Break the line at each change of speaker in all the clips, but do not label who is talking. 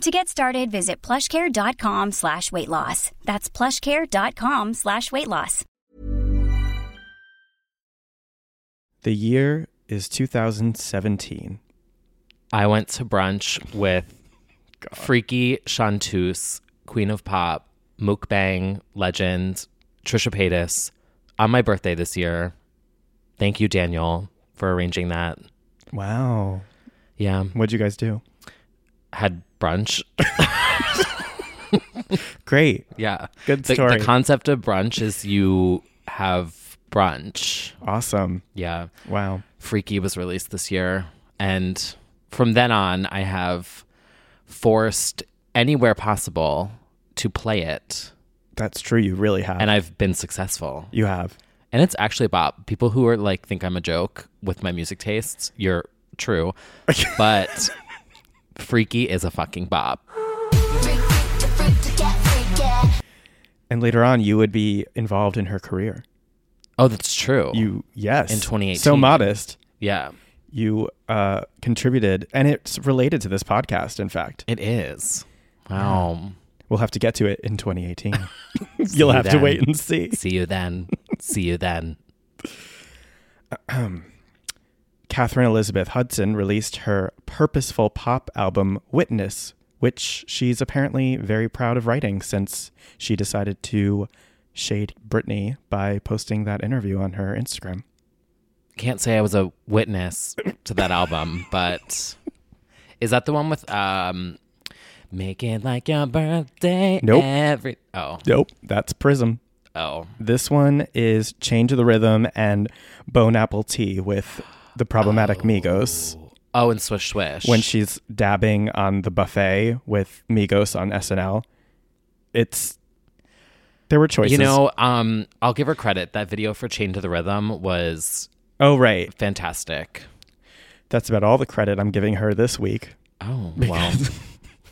To get started, visit plushcare.com slash weight loss. That's plushcare.com slash weight loss.
The year is 2017.
I went to brunch with Freaky Chanteuse, Queen of Pop, Mukbang legend, Trisha Paytas on my birthday this year. Thank you, Daniel, for arranging that.
Wow.
Yeah,
What'd you guys do?
had brunch.
Great.
yeah.
Good
The,
story.
the concept of brunch is you have brunch.
Awesome.
Yeah.
Wow.
Freaky was released this year. And from then on, I have forced anywhere possible to play it.
That's true. You really have.
And I've been successful.
you have.
And it's actually about people who are like, think I'm a joke with my music tastes. You're true. But Freaky is a fucking bop.
And later on, you would be involved in her career.
Oh, that's true.
You, yes.
In 2018.
So modest.
yeah,
You uh, contributed, and it's related to this podcast, in fact.
it is. Wow.
We'll have to get to it in 2018. You'll have to
then.
wait and see.
See you then. See you then.
Catherine Elizabeth Hudson released her purposeful pop album, Witness, which she's apparently very proud of writing since she decided to shade Britney by posting that interview on her Instagram.
Can't say I was a witness to that album, but is that the one with um Make It Like Your Birthday?
Nope.
Every Oh.
Nope. That's Prism.
Oh.
This one is Change of the Rhythm and Bone Apple Tea with the problematic Migos
Oh, and Swish Swish.
when she's dabbing on the buffet with Migos on SNL. It's. There were choices.
you know, um, I'll give her credit. That video for Chain to the Rhythm was
Oh, right.
fantastic.
That's about all the credit I'm giving her this week.
Oh, well.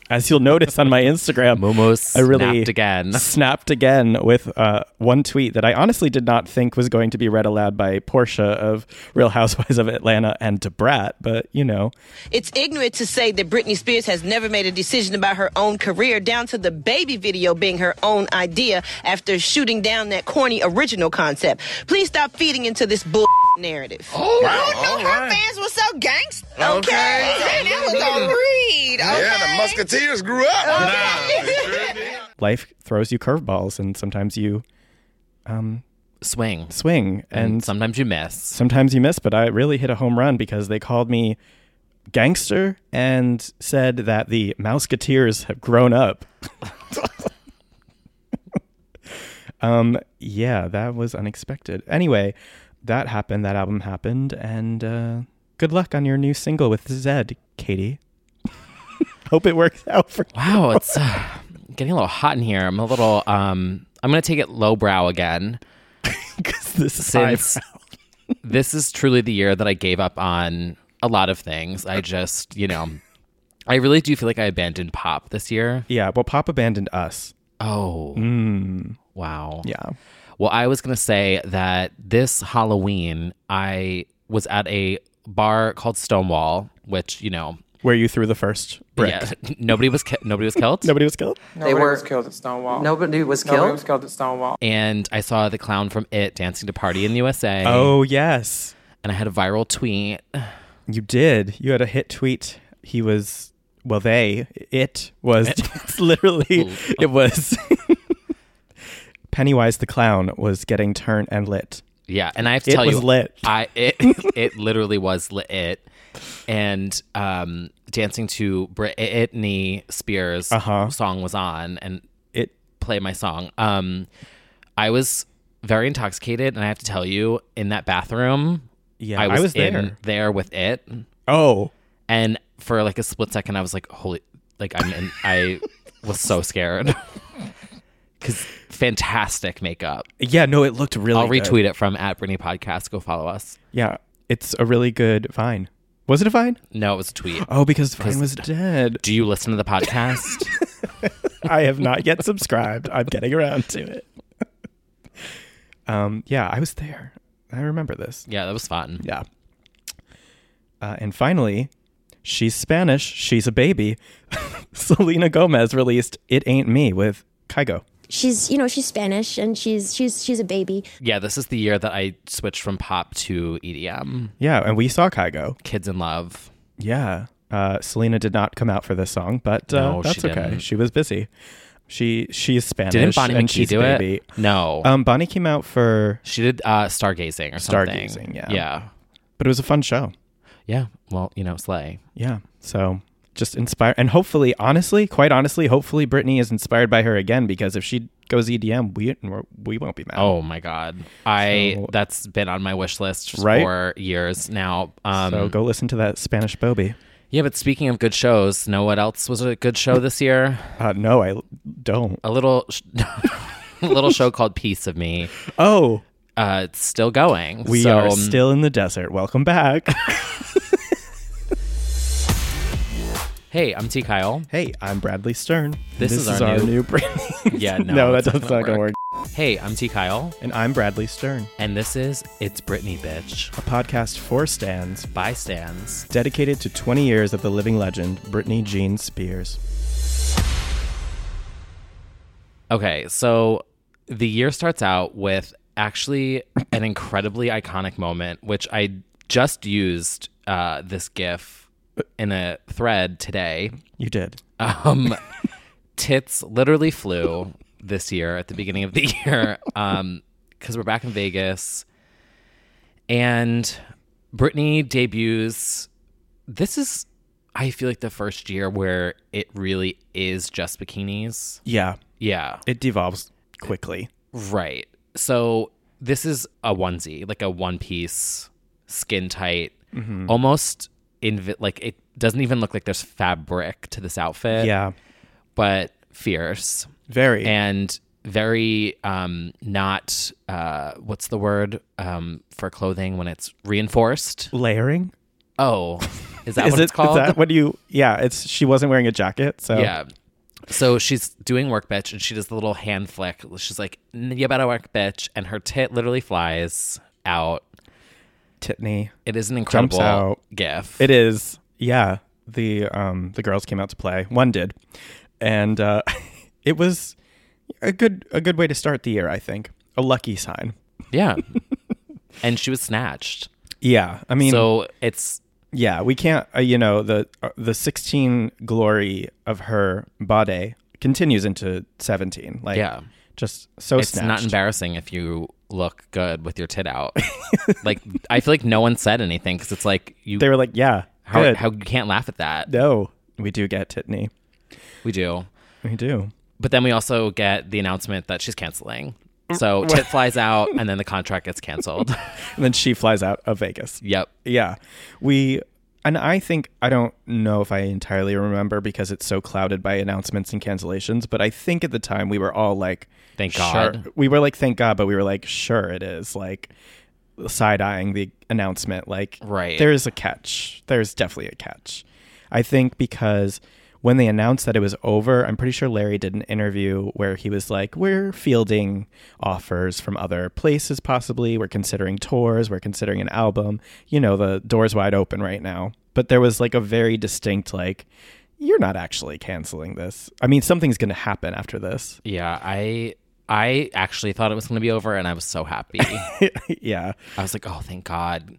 As you'll notice on my Instagram,
Momo
I really-
snapped again.
snapped again with uh, one tweet that I honestly did not think was going to be read aloud by Portia of Real Housewives of Atlanta and Debrat, but you know,
It's ignorant to say that Britney Spears has never made a decision about her own career, down to the baby video being her own idea after shooting down that corny original concept. Please stop feeding into this bull narrative. Oh,
I knew her fans were so gangster. Okay.
Okay.
That was on read. Okay.
Yeah, the Musketeers grew up.
life throws you curveballs and sometimes you
Swing.
swing and,
And sometimes you miss.
sometimes you miss, but I really hit a home run because they called me gangster and said that the Mouseketeers have grown up. um, yeah, that was unexpected. Anyway, that happened. That album happened, and uh, good luck on your new single with Zed, Katie. Hope it works out for.
Wow, it's uh, getting a little hot in here. I'm a little. Um, I'm gonna take it lowbrow again
This is
since this is truly the year that I gave up on a lot of things. I just, you know, I really do feel like I abandoned pop this year.
yeah. Well, Pop abandoned us.
Oh,
Mm.
wow.
Yeah.
Well, I was gonna say that this Halloween I was at a bar called Stonewall, which you know,
Where you threw the first brick.
yeah, nobody was ki- nobody was killed.
Nobody was killed.
Nobody was killed at Stonewall.
Nobody was
Nobody
killed.
was killed at Stonewall.
And I saw the clown from It dancing to Party in the USA.
Oh yes.
and I had a viral tweet.
You did. You had a hit tweet. He was well. They it was it's literally it was. Pennywise the clown was getting turned and lit.
Yeah, and I have to
It
tell
was
you,
lit.
I it it literally was lit. It and um, dancing to Britney Spears
Uh-huh.
song was on, and
It
play my song. Um, I was very intoxicated, and I have to tell you, in that bathroom,
yeah.
I was, in
there.
there with it,
Oh,
and for like a split second, I was like, "Holy!" Like I'm, in, I was so scared. because fantastic makeup.
Yeah, no, it looked really
I'll
good.
retweet it from at Brittany Podcast. Go follow us.
Yeah, it's a really good Vine. Was it a Vine?
No, it was a tweet.
Oh, because Vine was dead.
Do you listen to the podcast?
I have not yet subscribed. I'm getting around to it. um, yeah, I was there. I remember this.
yeah, that was fun.
Yeah. Uh, and finally, she's Spanish. She's a baby. Selena Gomez released "It Ain't Me" with Kygo.
She's, you know, she's Spanish and she's she's she's a baby.
Yeah, this is the year that I switched from pop to EDM.
Yeah, and we saw Kygo.
Kids in Love.
Yeah. Uh, Selena did not come out for this song, but uh,
No, she
that's okay.
didn't.
She was busy. She she is Spanish.
Didn't Bonnie
and
McKee
she's
do
a baby.
it? No.
Um, Bonnie came out for,
she did uh, Stargazing or something.
Stargazing, yeah.
Yeah.
but it was a fun show.
Yeah. Well, you know, Slay.
Yeah. So just inspire, and hopefully, honestly, quite honestly, hopefully, Britney is inspired by her again because if she goes EDM, we we're- we won't be mad.
Oh my God. I
So-
that's been on my wish list
Right?
for years now. Um,
so go listen to that Spanish Bobby.
yeah, but speaking of good shows, know what else was a good show this year?
Uh, no, I don't.
A little, sh- a little show called Piece of Me.
Oh,
Uh, it's still going.
we
So,
are
um,
still in the desert. Welcome back.
Hey, I'm T. Kyle.
hey, I'm Bradley Stern.
This is our new-
Britney.
Yeah, no,
that
it's not
doesn't
gonna
not gonna work.
Hey, I'm T. Kyle,
And I'm Bradley Stern,
and this is It's Britney, bitch.
a podcast for stands
Bystands.
dedicated to 20 years of the living legend Britney Jean Spears.
Okay, so the year starts out with actually an incredibly iconic moment, which I just used uh, this GIF in a thread today.
You did.
Um, tits literally flew this year at the beginning of the year because we're back in Vegas. And Britney debuts. This is, I feel like, the first year where it really is just bikinis.
Yeah,
Yeah.
it devolves quickly.
Right. So this is a onesie, like a one piece, skin tight,
Mm-hmm.
almost invi- like it doesn't even look like there's fabric to this outfit.
Yeah,
But fierce
very.
and very um not uh what's the word um for clothing when it's reinforced
layering.
oh is that
Is
what
it-
it's called
Is that what do you? Yeah, it's she wasn't wearing a jacket, so
Yeah. So she's doing work, bitch, and she does the little hand flick. She's like, "N- "You better work, bitch," and her tit literally flies out.
Titney.
It is an incredible
out.
gif.
It is. Yeah, the um the girls came out to play. One did, and uh, it was a good a good way to start the year. I think a lucky sign.
yeah. and she was snatched.
Yeah, I mean,
So it's
yeah, we can't. Uh, you know, the uh, the sixteen glory of her body continues into seventeen. Like,
Yeah.
just so
it's
oh, snatched.
not embarrassing if you look good with your tit out. like I feel like no one said anything because it's like you
They were like, yeah,
how,
good.
how you can't laugh at that.
no, we do get Titney.
We do.
We do.
But then we also get the announcement that she's canceling.
Mm.
So tit flies out, and then the contract gets canceled.
And then she flies out of Vegas.
Yep.
Yeah. We and I think I don't know if I entirely remember because it's so clouded by announcements and cancellations, but I think at the time we were all like
Thank
sure.
God.
We were like thank God, but we were like sure it is like side-eyeing the announcement like
Right.
there is a catch. There's definitely a catch. I think because when they announced that it was over, I'm pretty sure Larry did an interview where he was like, We're fielding offers from other places, possibly. We're considering tours. We're considering an album. You know, the door's wide open right now. But there was like a very distinct, like, you're not actually canceling this. I mean, something's going to happen after this.
Yeah, I I actually thought it was going to be over, and I was so happy. I
yeah.
was like, oh, thank God.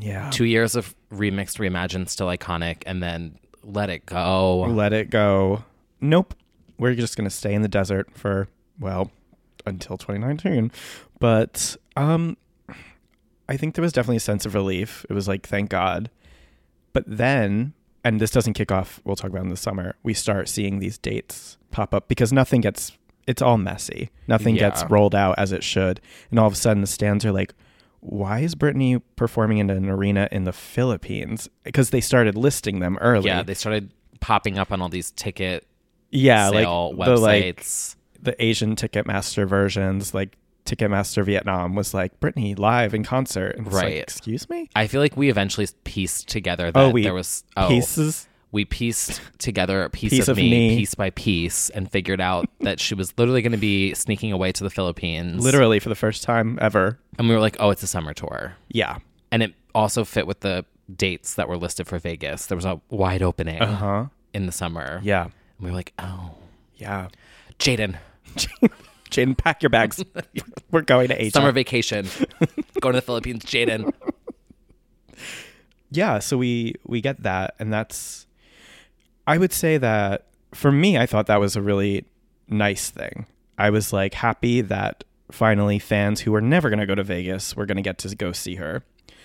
Yeah.
Two years of remixed, reimagined, still iconic, and then let it go.
Let it go. Nope. We're just going to stay in the desert for, well, until 2019. But um I think there was definitely a sense of relief. It was like, thank God. But then, and this doesn't kick off, we'll talk about in the summer, we start seeing these dates pop up because nothing gets, it's all messy. Nothing gets
Yeah.
rolled out as it should. And all of a sudden, the stands are like, why is Britney performing in an arena in the Philippines? Because they started listing them early.
Yeah, they started popping up on all these ticket
yeah,
sale
like
websites.
the like the Asian Ticketmaster versions, like Ticketmaster Vietnam was like Britney live in concert. And it's like,
Right.
Excuse me?
I feel like we eventually pieced together that
Oh, we
there was oh,
pieces.
We pieced together a piece,
Piece of
of, me,
me.
piece by piece, and figured out that she was literally going to be sneaking away to the Philippines.
Literally for the first time ever.
And we were like, oh, it's a summer tour.
Yeah.
And it also fit with the dates that were listed for Vegas. There was a wide opening
Uh-huh.
in the summer.
Yeah.
And we were like, oh,
Yeah.
Jaden,
Jaden, pack your bags. We're going to Asia.
summer vacation, going to the Philippines, Jaden.
yeah so we we get that and that's i would say that for me i thought that was a really nice thing i was like happy that finally fans who were never going to go to vegas were going to get to go see her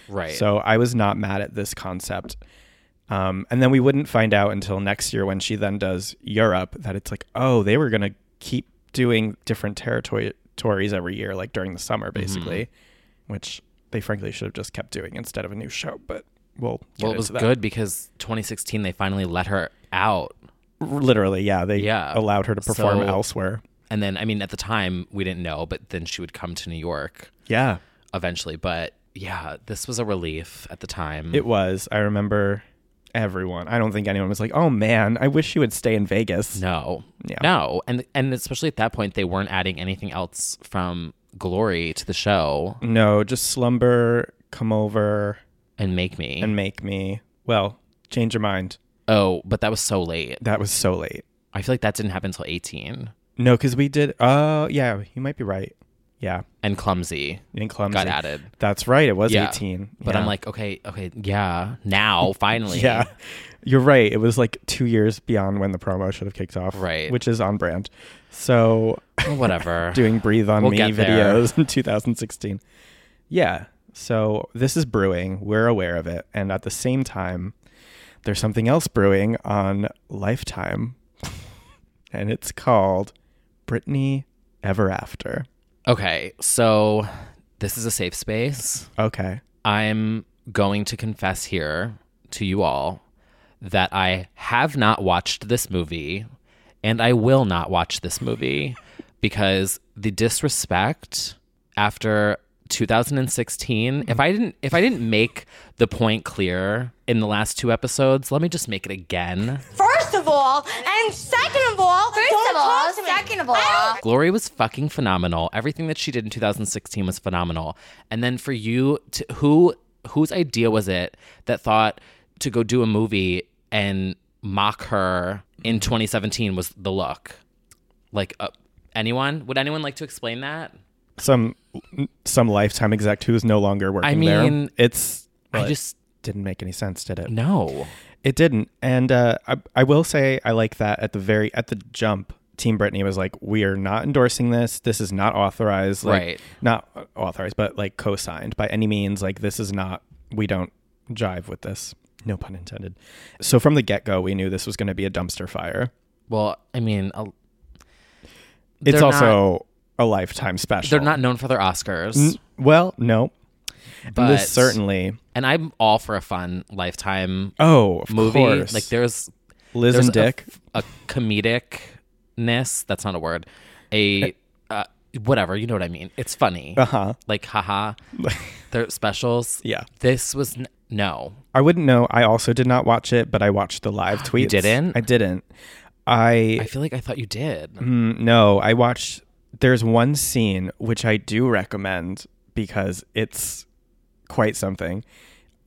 Right.
so i was not mad at this concept um, and then we wouldn't find out until next year when she then does europe that it's like oh they were going to keep doing different territory- territories every year like during the summer
Mm-hmm.
basically which they frankly should have just kept doing instead of a new show but we'll get
well, it was
into that.
good because 2016, they finally let her out.
literally yeah they
Yeah.
allowed her to perform
So-
elsewhere
And then, I mean, at the time, we didn't know, but then she would come to New York
yeah
eventually. But yeah, this was a relief at the time.
it was i remember everyone i don't think anyone was like oh man i wish she would stay in vegas
no,
Yeah.
no, and and especially at that point, they weren't adding anything else from Glory to the show
no just slumber come over
and Make Me.
and make me well change your mind
oh, but that was so late.
that was so late
I feel like that didn't happen until 18.
No, because we did. Oh, yeah, you might be right. Yeah,
And Clumsy
in clumsy.
got added.
That's right. It was
Yeah.
eighteen.
But I'm
Yeah.
like, okay, okay, yeah, now finally,
yeah, you're right. It was like two years beyond when the promo should have kicked off.
Right.
which is on brand. So
whatever.
doing breathe on
We'll
me
get there.
videos in 2016. Yeah. So this is brewing. We're aware of it, and at the same time, there's something else brewing on Lifetime, and it's called Britney Ever After.
Okay, so this is a safe space.
Okay.
I'm going to confess here to you all that I have not watched this movie and I will not watch this movie because the disrespect after 2016 if I didn't if I didn't make the point clear in the last two episodes let me just make it again
First of all, and second of all, first
of all, second of all.
Glory was fucking phenomenal. Everything that she did in 2016 was phenomenal. And then for you to who whose idea was it that thought to go do a movie and mock her in 2017 was the look? Like uh, anyone? Would anyone like to explain that?
some some lifetime exec who's no longer working
I mean,
there. It's well,
I
it
just
didn't make any sense, did it?
no.
It didn't. And uh, I I will say I like that at the very at the jump. Team Brittany was like, "We are not endorsing this. This is not authorized. Like,
Right.
Not authorized, but like co-signed by any means. Like this is not. We don't jive with this. No pun intended. So from the get go, we knew this was going to be a dumpster fire.
Well, I mean, a-
It's
They're
also a lifetime special.
they're not known for their Oscars.
Well, no. But
But-
this certainly.
and I'm all for a fun lifetime
Oh, of
movie.
course.
Like there's
Liz
there's
and Dick.
a, a comedicness. That's not a word.
Eh.
A uh, whatever you know what I mean. It's funny.
Uh huh.
Like haha. They're specials.
Yeah.
This was n- no.
I wouldn't know. I also did not watch it, but I watched the live tweets.
didn't?
I didn't. I,
I feel like I thought you did.
mm, no. I watched. There's one scene which I do recommend because it's quite something.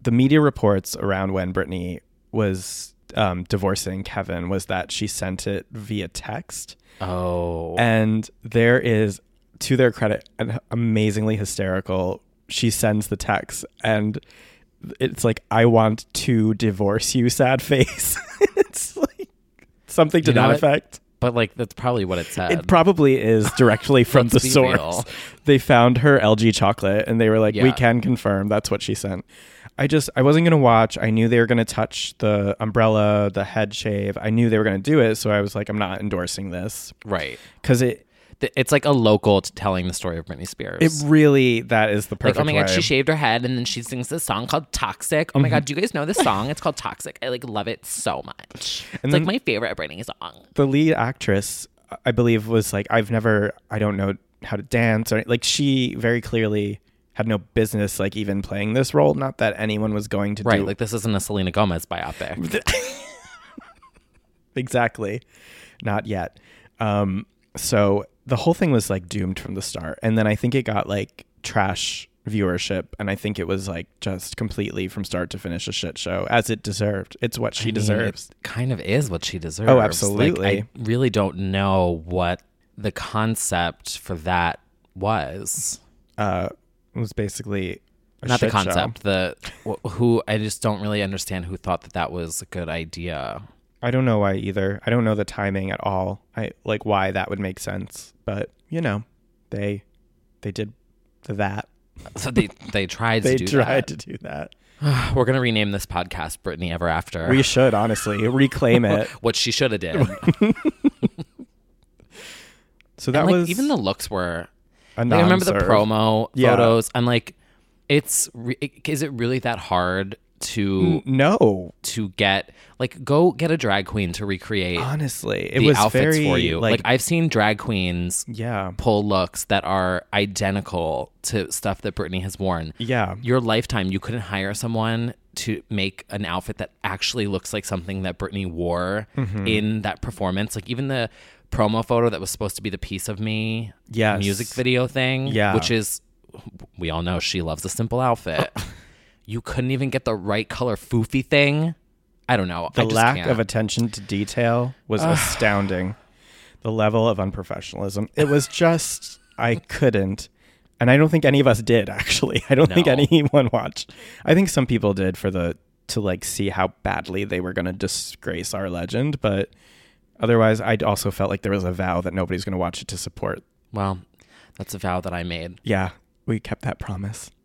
The media reports around when Britney was um, divorcing Kevin was that she sent it via text.
Oh.
And there is, to their credit, an amazingly hysterical. She sends the text, and it's like, "I want to divorce you." Sad face. it's like something to
You know
that
what?
effect.
But like that's probably what it said.
It probably is directly from the
Let's be
source.
real.
They found her LG chocolate and they were like, we
Yeah.
can confirm that's what she sent. I just, I wasn't going to watch. I knew they were going to touch the umbrella, the head shave. I knew they were going to do it. So I was like, I'm not endorsing this
right.
because it,
Th- It's like a local t- telling the story of Britney Spears.
It really that is the
like
perfect.
oh my god,
way.
she shaved her head and then she sings this song called Toxic. Oh my
Mm-hmm.
god, do you guys know this song? It's called Toxic. I like love it so much. It's
then-
like my favorite Britney song.
the lead actress I believe, was like, I've never, I don't know how to dance. Or like, she very clearly had no business, like, even playing this role. Not that anyone was going to
Right.
do
Like this isn't a Selena Gomez biopic.
exactly. Not yet. Um, so the whole thing was like doomed from the start. And then I think it got like trash viewership. And I think it was like just completely from start to finish a shit show, as it deserved. It's what she
I mean,
deserves. Oh,
it kind of is what she deserves. Like,
absolutely.
I really don't know what the concept for that was.
Uh, It was basically a
Not the
shit show.
concept. The wh- who I just don't really understand who thought that that was a good idea.
I don't know why either. I don't know the timing at all. I like why that would make sense, but you know, they they did that.
So they they tried
They
to do
tried
that.
to do that.
We're gonna rename this podcast Brittany Ever After.
We should honestly reclaim it.
what she should have did.
So that
And, like,
was
even the looks were
a
Like, I remember the
non-serve.
promo
Yeah.
photos. I'm like, it's re- is it really that hard to
Mm, No,
to get like go get a drag queen to recreate
honestly, it
the
was
outfits
very
for you?
Like,
Like, I've seen drag queens
yeah,
pull looks that are identical to stuff that Britney has worn.
yeah,
Your lifetime, you couldn't hire someone to make an outfit that actually looks like something that Britney wore
Mm-hmm.
in that performance. Like even the promo photo that was supposed to be the piece of me
Yes.
music video thing,
Yeah.
which is we all know she loves a simple outfit. you couldn't even get the right color foofy thing. I don't know. I
the
just
lack
can't.
of attention to detail was astounding. The level of unprofessionalism. It was just I couldn't. And I don't think any of us did actually. I don't think
No.
anyone watched. I think some people did for the to like see how badly they were going to disgrace our legend, but otherwise I also felt like there was a vow that nobody's going to watch it to support.
well, that's a vow that I made.
Yeah, we kept that promise.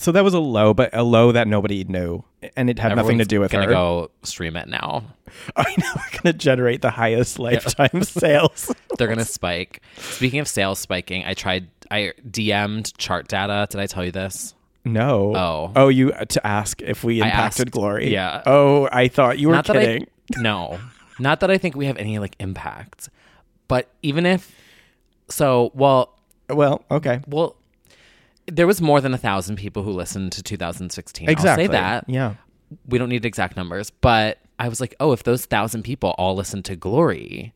so that was a low, but a low that nobody knew and it had nothing to
Everyone's
do with
gonna
her.
go stream it now.
I know we're going to generate the highest lifetime sales.
They're gonna spike. Speaking of sales spiking, I tried. I DM'd chart data. Did I tell you this?
No.
Oh.
Oh, you to ask if we impacted
asked,
glory.
yeah.
Oh, I thought you were kidding.
That I, no, not that I think we have any like impact, but even if so, well,
Well, okay.
well, there was more than a thousand people who listened to 2016.
Exactly.
I'll say that.
Yeah.
we don't need exact numbers, but I was like, oh, if those thousand people all listened to Glory,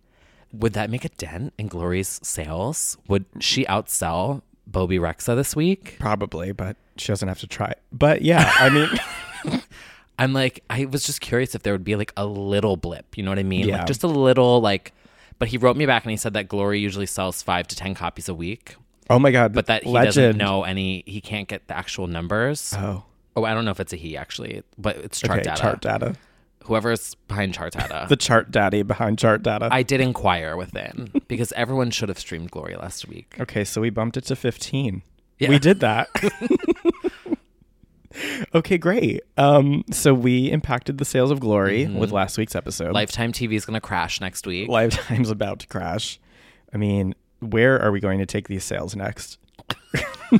would that make a dent in Glory's sales? Would she outsell Bobby Rexa this week?
Probably, but she doesn't have to try. But yeah, I mean,
I'm like, I was just curious if there would be like a little blip, you know what I mean?
Yeah.
Like just a little, like, but he wrote me back and he said that Glory usually sells five to 10 copies a week,
oh my god.
but that he
legend.
doesn't know any, he can't get the actual numbers.
Oh.
oh, I don't know if it's a he actually, but it's chart
Okay,
data.
chart data.
Whoever's behind chart data.
The chart daddy behind chart data.
I did inquire within because everyone should have streamed Glory last week.
okay, so we bumped it to 15.
Yeah.
We did that. okay, great. Um so we impacted the sales of glory with
Mm-hmm.
last week's episode.
Lifetime TV is going to crash next week.
Lifetime's about to crash. I mean, where are we going to take these sales next?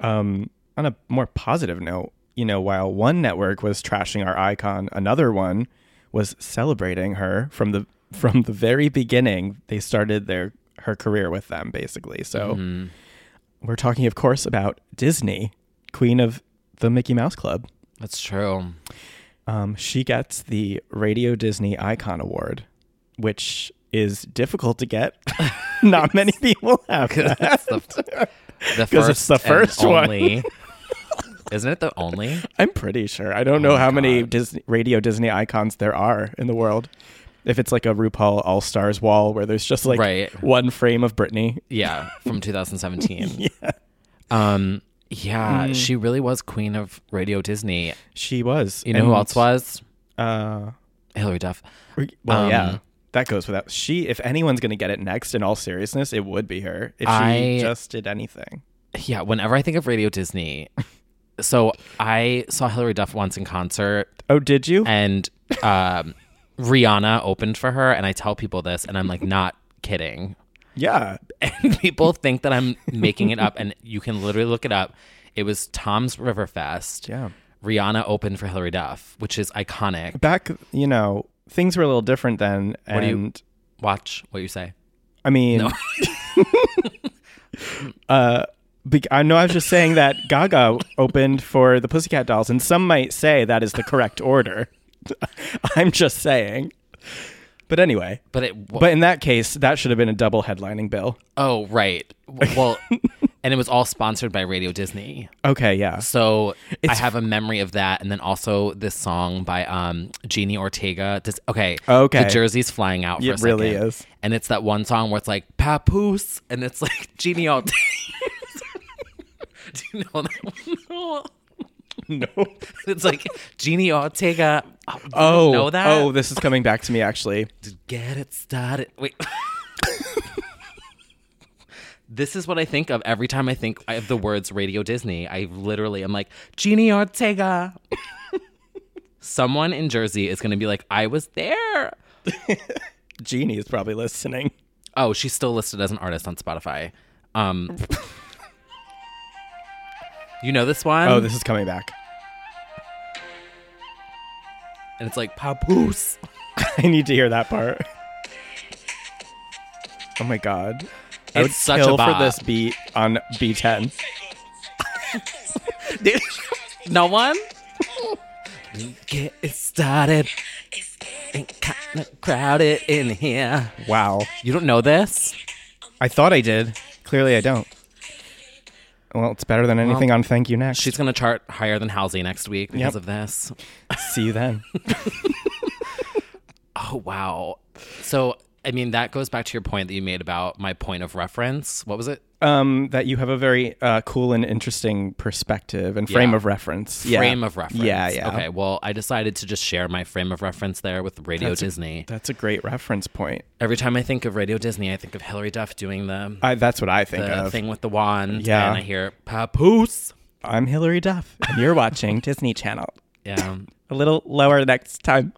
um, on a more positive note, you know, while one network was trashing our icon, another one was celebrating her from the from the very beginning. They started their her career with them, basically. So we're talking, of course, about Disney, Queen of the Mickey Mouse Club.
That's true.
Um, she gets the Radio Disney Icon Award, which is difficult to get. Not many people have that.
That's the, the
'Cause
first
it's the
and
first one.
only. Isn't it the only?
I'm pretty sure. I
Oh
don't know how many Disney, Radio Disney icons there are in the world. If it's like a RuPaul All Stars wall where there's just like
Right.
one frame of Britney.
Yeah, from 2017. yeah. Um,
Hmm.
yeah, she really was queen of Radio Disney.
She was.
You know who
And,
else was?
Uh,
Hillary Duff.
well,
Um,
yeah. That goes without. She, if anyone's going to get it next, in all seriousness, it would be her. If she
I-
just did anything.
Yeah, whenever I think of Radio Disney, so I saw Hillary Duff once in concert
Oh, did you?
and um, Rihanna opened for her, and I tell people this, and I'm like, not kidding.
yeah.
And people think that I'm making it up, and you can literally look it up. It was Tom's Riverfest.
Yeah.
Rihanna opened for Hillary Duff, which is iconic.
back you know things were a little different then. And
What do you- Watch what you say.
I mean, uh, be- I know I was just saying that Gaga opened for the Pussycat Dolls, and some might say that is the correct order. I'm just saying. But anyway,
But it.
but in that case, that should have been a double headlining bill.
oh right. Well, and it was all sponsored by Radio Disney.
Okay, yeah.
So I have a memory of that, and then also this song by um Jeannie Ortega. This, okay,
Okay.
the jersey's flying out. For
It
a second.
really is.
and it's that one song where it's like papoose, and it's like Jeannie Ortega. Do you know that one?
No.
It's like Jeannie Ortega. Oh, you
Oh,
know that?
oh, this is coming back to me actually.
Get it started. Wait. this is what I think of every time I think of the words Radio Disney. I literally am like, Jeannie Ortega. Someone in Jersey is going to be like, I was there.
Jeannie is probably listening.
Oh, she's still listed as an artist on Spotify. Um, you know this one?
Oh, this is coming back.
And it's like, Papoose.
I need to hear that part. Oh my god. I
It's
would
such a
kill
bop.
for this beat on B10.
No one? Get it started. It's kind of crowded in here.
Wow.
You don't know this?
I thought I did. Clearly I don't. Well, it's better than anything on Thank You Next.
She's going to chart higher than Halsey next week
Yep.
because of this.
See you then.
Oh, wow. So, I mean, that goes back to your point that you made about my point of reference. What was it?
Um, that you have a very uh, cool and interesting perspective and frame
Yeah.
of reference. Yeah.
Frame of reference.
Yeah, yeah.
Okay, well, I decided to just share my frame of reference there with Radio
That's a-
Disney.
That's a great reference point.
Every time I think of Radio Disney, I think of Hillary Duff doing the,
I, that's what I think
the
of.
thing with the wand.
Yeah.
And I hear, Papoose.
I'm Hillary Duff, and you're watching Disney Channel.
Yeah.
A little lower next time.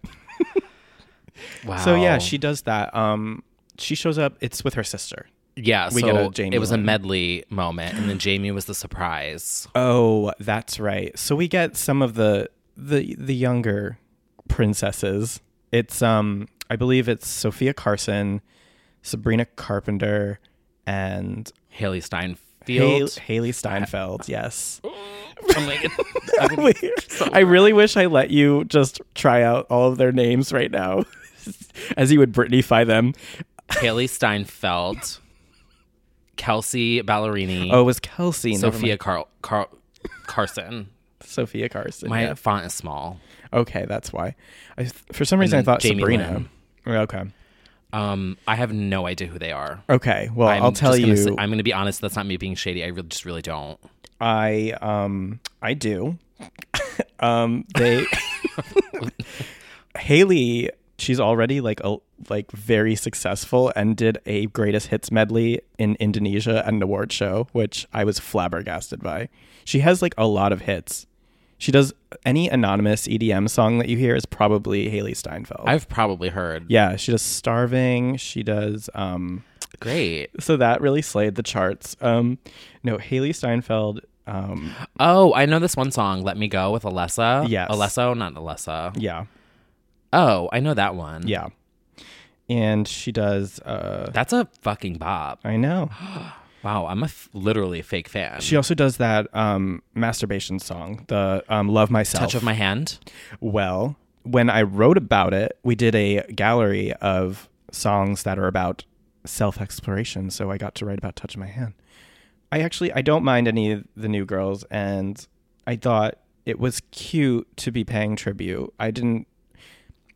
Wow.
So yeah, she does that. Um, she shows up. It's with her sister.
Yeah,
We
so
get a Jamie
it was a
one.
medley moment, and then Jamie was the surprise.
Oh, that's right. So we get some of the the the younger princesses. It's um, I believe it's Sophia Carson, Sabrina Carpenter, and
Haley
Hal-
Steinfeld.
Haley Steinfeld. Yes.
I'm like,
I really wish I let you just try out all of their names right now, as you would Britneyfy them.
Haley Steinfeld, Kelsey Ballerini,
Oh, it was Kelsey. never
Sophia
mind.
Carl, Carl Carson.
Sophia Carson.
My
yeah.
font is small.
Okay, that's why. I, for some reason, I
then
thought
Jamie
Sabrina. Okay.
Um, I have no idea who they are.
Okay. Oh, Well, i
I'm
will tell
just gonna
you. Oh.
say- I'm going to be honest. That's not me being shady. I really, just really don't.
I um I do. um they Haley, she's already like a like very successful and did a greatest hits medley in Indonesia at an award show, which I was flabbergasted by. She has like a lot of hits. She does any anonymous EDM song that you hear is probably Haley Steinfeld.
I've probably heard.
yeah, she does starving. She does um
Great.
so that really slayed the charts. Um no, Haley Steinfeld um
Oh, I know this one song, Let Me Go with Alessa.
Yes.
Alesso, not Alessa.
yeah.
Oh, I know that one.
Yeah. And she does uh
That's a fucking bop.
I know.
Wow, I'm a f- literally a fake fan.
She also does that um masturbation song, the um Love Myself.
Touch of my hand.
Well, when I wrote about it, we did a gallery of songs that are about self-exploration, so I got to write about Touch of My Hand. I actually I don't mind any of the new girls and I thought it was cute to be paying tribute. I didn't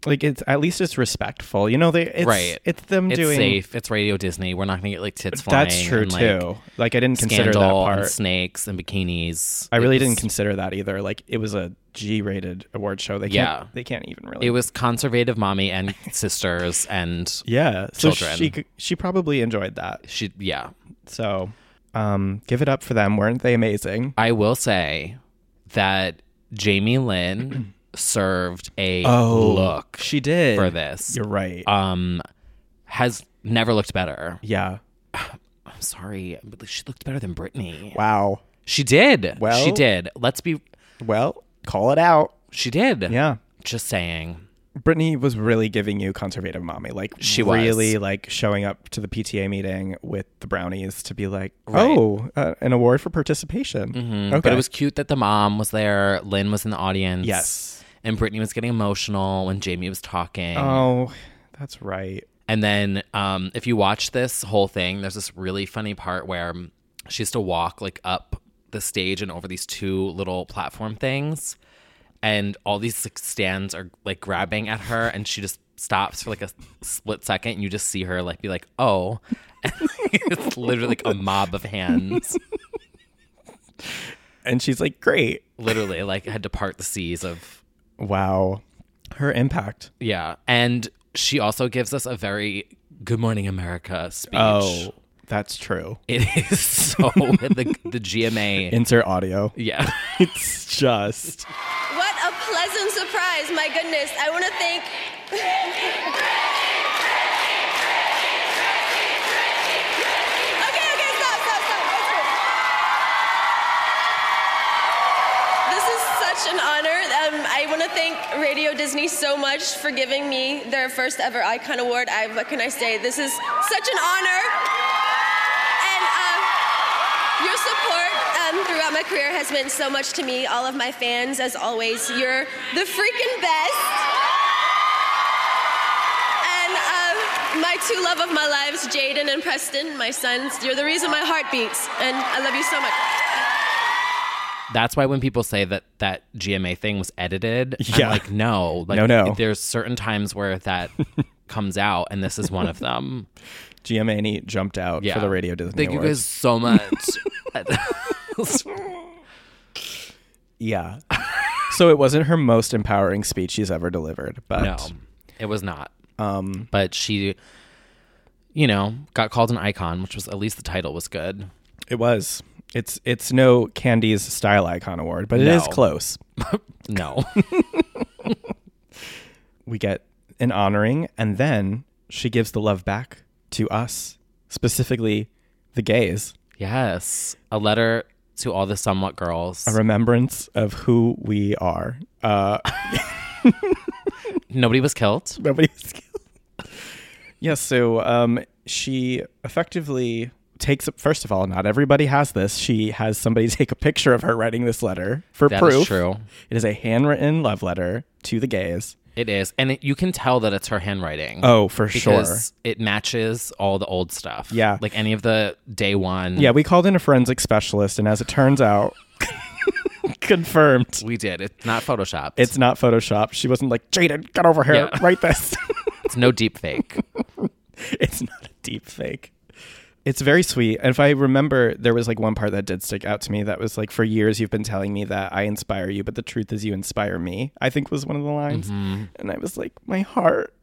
like it's at least it's respectful. You know they it's
Right.
it's them
It's
doing
safe. It's Radio Disney. We're not gonna get like tits flying.
That's true
and, like,
too. Like I didn't consider that
Scandal
part.
and snakes and bikinis.
I
It
really
was-
didn't consider that either. Like it was a G-rated award show. They can't,
Yeah.
they can't even really.
It was conservative mommy and sisters and
yeah. So
children.
she c- she probably enjoyed that.
she. Yeah,
So, um, give it up for them. Weren't they amazing?
I will say that Jamie Lynn served a look
She did
for this.
Oh, You're right.
Um, has never looked better.
yeah.
I'm sorry, but she looked better than Britney.
Wow.
She did. she
Well-
did. Let's be.
Well, call it out.
She did.
Yeah.
Just saying.
Brittany was really giving you conservative mommy. Like
She was.
really like showing up to the PTA meeting with the brownies to be like,
Right. Mm-hmm.
oh, uh, an award for participation. Okay.
But it was cute that the mom was there. Lynn was in the audience.
Yes.
And Brittany was getting emotional when Jamie was talking.
oh, that's right.
And then um, if you watch this whole thing, there's this really funny part where um, she has to walk like up the stage and over these two little platform things. And all these like, stands are like grabbing at her, and she just stops for like a split second. And you just see her like be like, oh. it's literally like a mob of hands.
And she's like, great.
Literally, like had to part the seas of
Wow. Her impact.
Yeah. And she also gives us a very good morning America speech.
Oh, that's true.
It is so the the GMA.
Insert audio.
yeah.
It's just.
What a pleasant surprise, my goodness. I want to thank. Okay, okay, stop, stop, stop. That's good. This is such an honor. Um, I want to thank Radio Disney so much for giving me their first ever Icon Award. I, what can I say? This is such an honor. And um, your support um, throughout my career has meant so much to me, all of my fans, as always. You're the freaking best. And um, my two love of my lives, Jaden and Preston, my sons, you're the reason my heart beats, and I love you so much.
That's why when people say that that GMA thing was edited, I'm
Yeah.
like no, like
No, no.
there's certain times where that comes out and this is one of them.
GMA E jumped out
Yeah.
for the Radio Disney
Thank you
Awards.
guys so much.
Yeah. so it wasn't her most empowering speech she's ever delivered, but
no. It was not. Um but she you know, got called an icon, which was at least the title was good.
it was. It's it's no Candy's Style Icon Award, but it is
No.
close.
No.
We get an honoring, and then she gives the love back to us, specifically the gays,
Yes. A letter to all the somewhat girls.
a remembrance of who we are. Uh,
Nobody was killed.
nobody was killed. yeah, so um, she effectively takes first of all not everybody has this she has somebody take a picture of her writing this letter for
That is
proof
true.
It is a handwritten love letter to the gays.
It is. And it, you can tell that it's her handwriting.
Oh, for sure.
because It matches all the old stuff.
Yeah.
Like any of the day one.
Yeah, we called in a forensic specialist, and as it turns out, confirmed.
We did. It's not Photoshopped.
It's not Photoshop. She wasn't like, Jaden, get over here,
Yeah.
write this.
it's no deep fake.
it's not a deep fake. It's very sweet. And if I remember, there was like one part that did stick out to me that was like, for years you've been telling me that I inspire you, but the truth is you inspire me, I think was one of the lines.
Mm-hmm.
And I was like, my heart.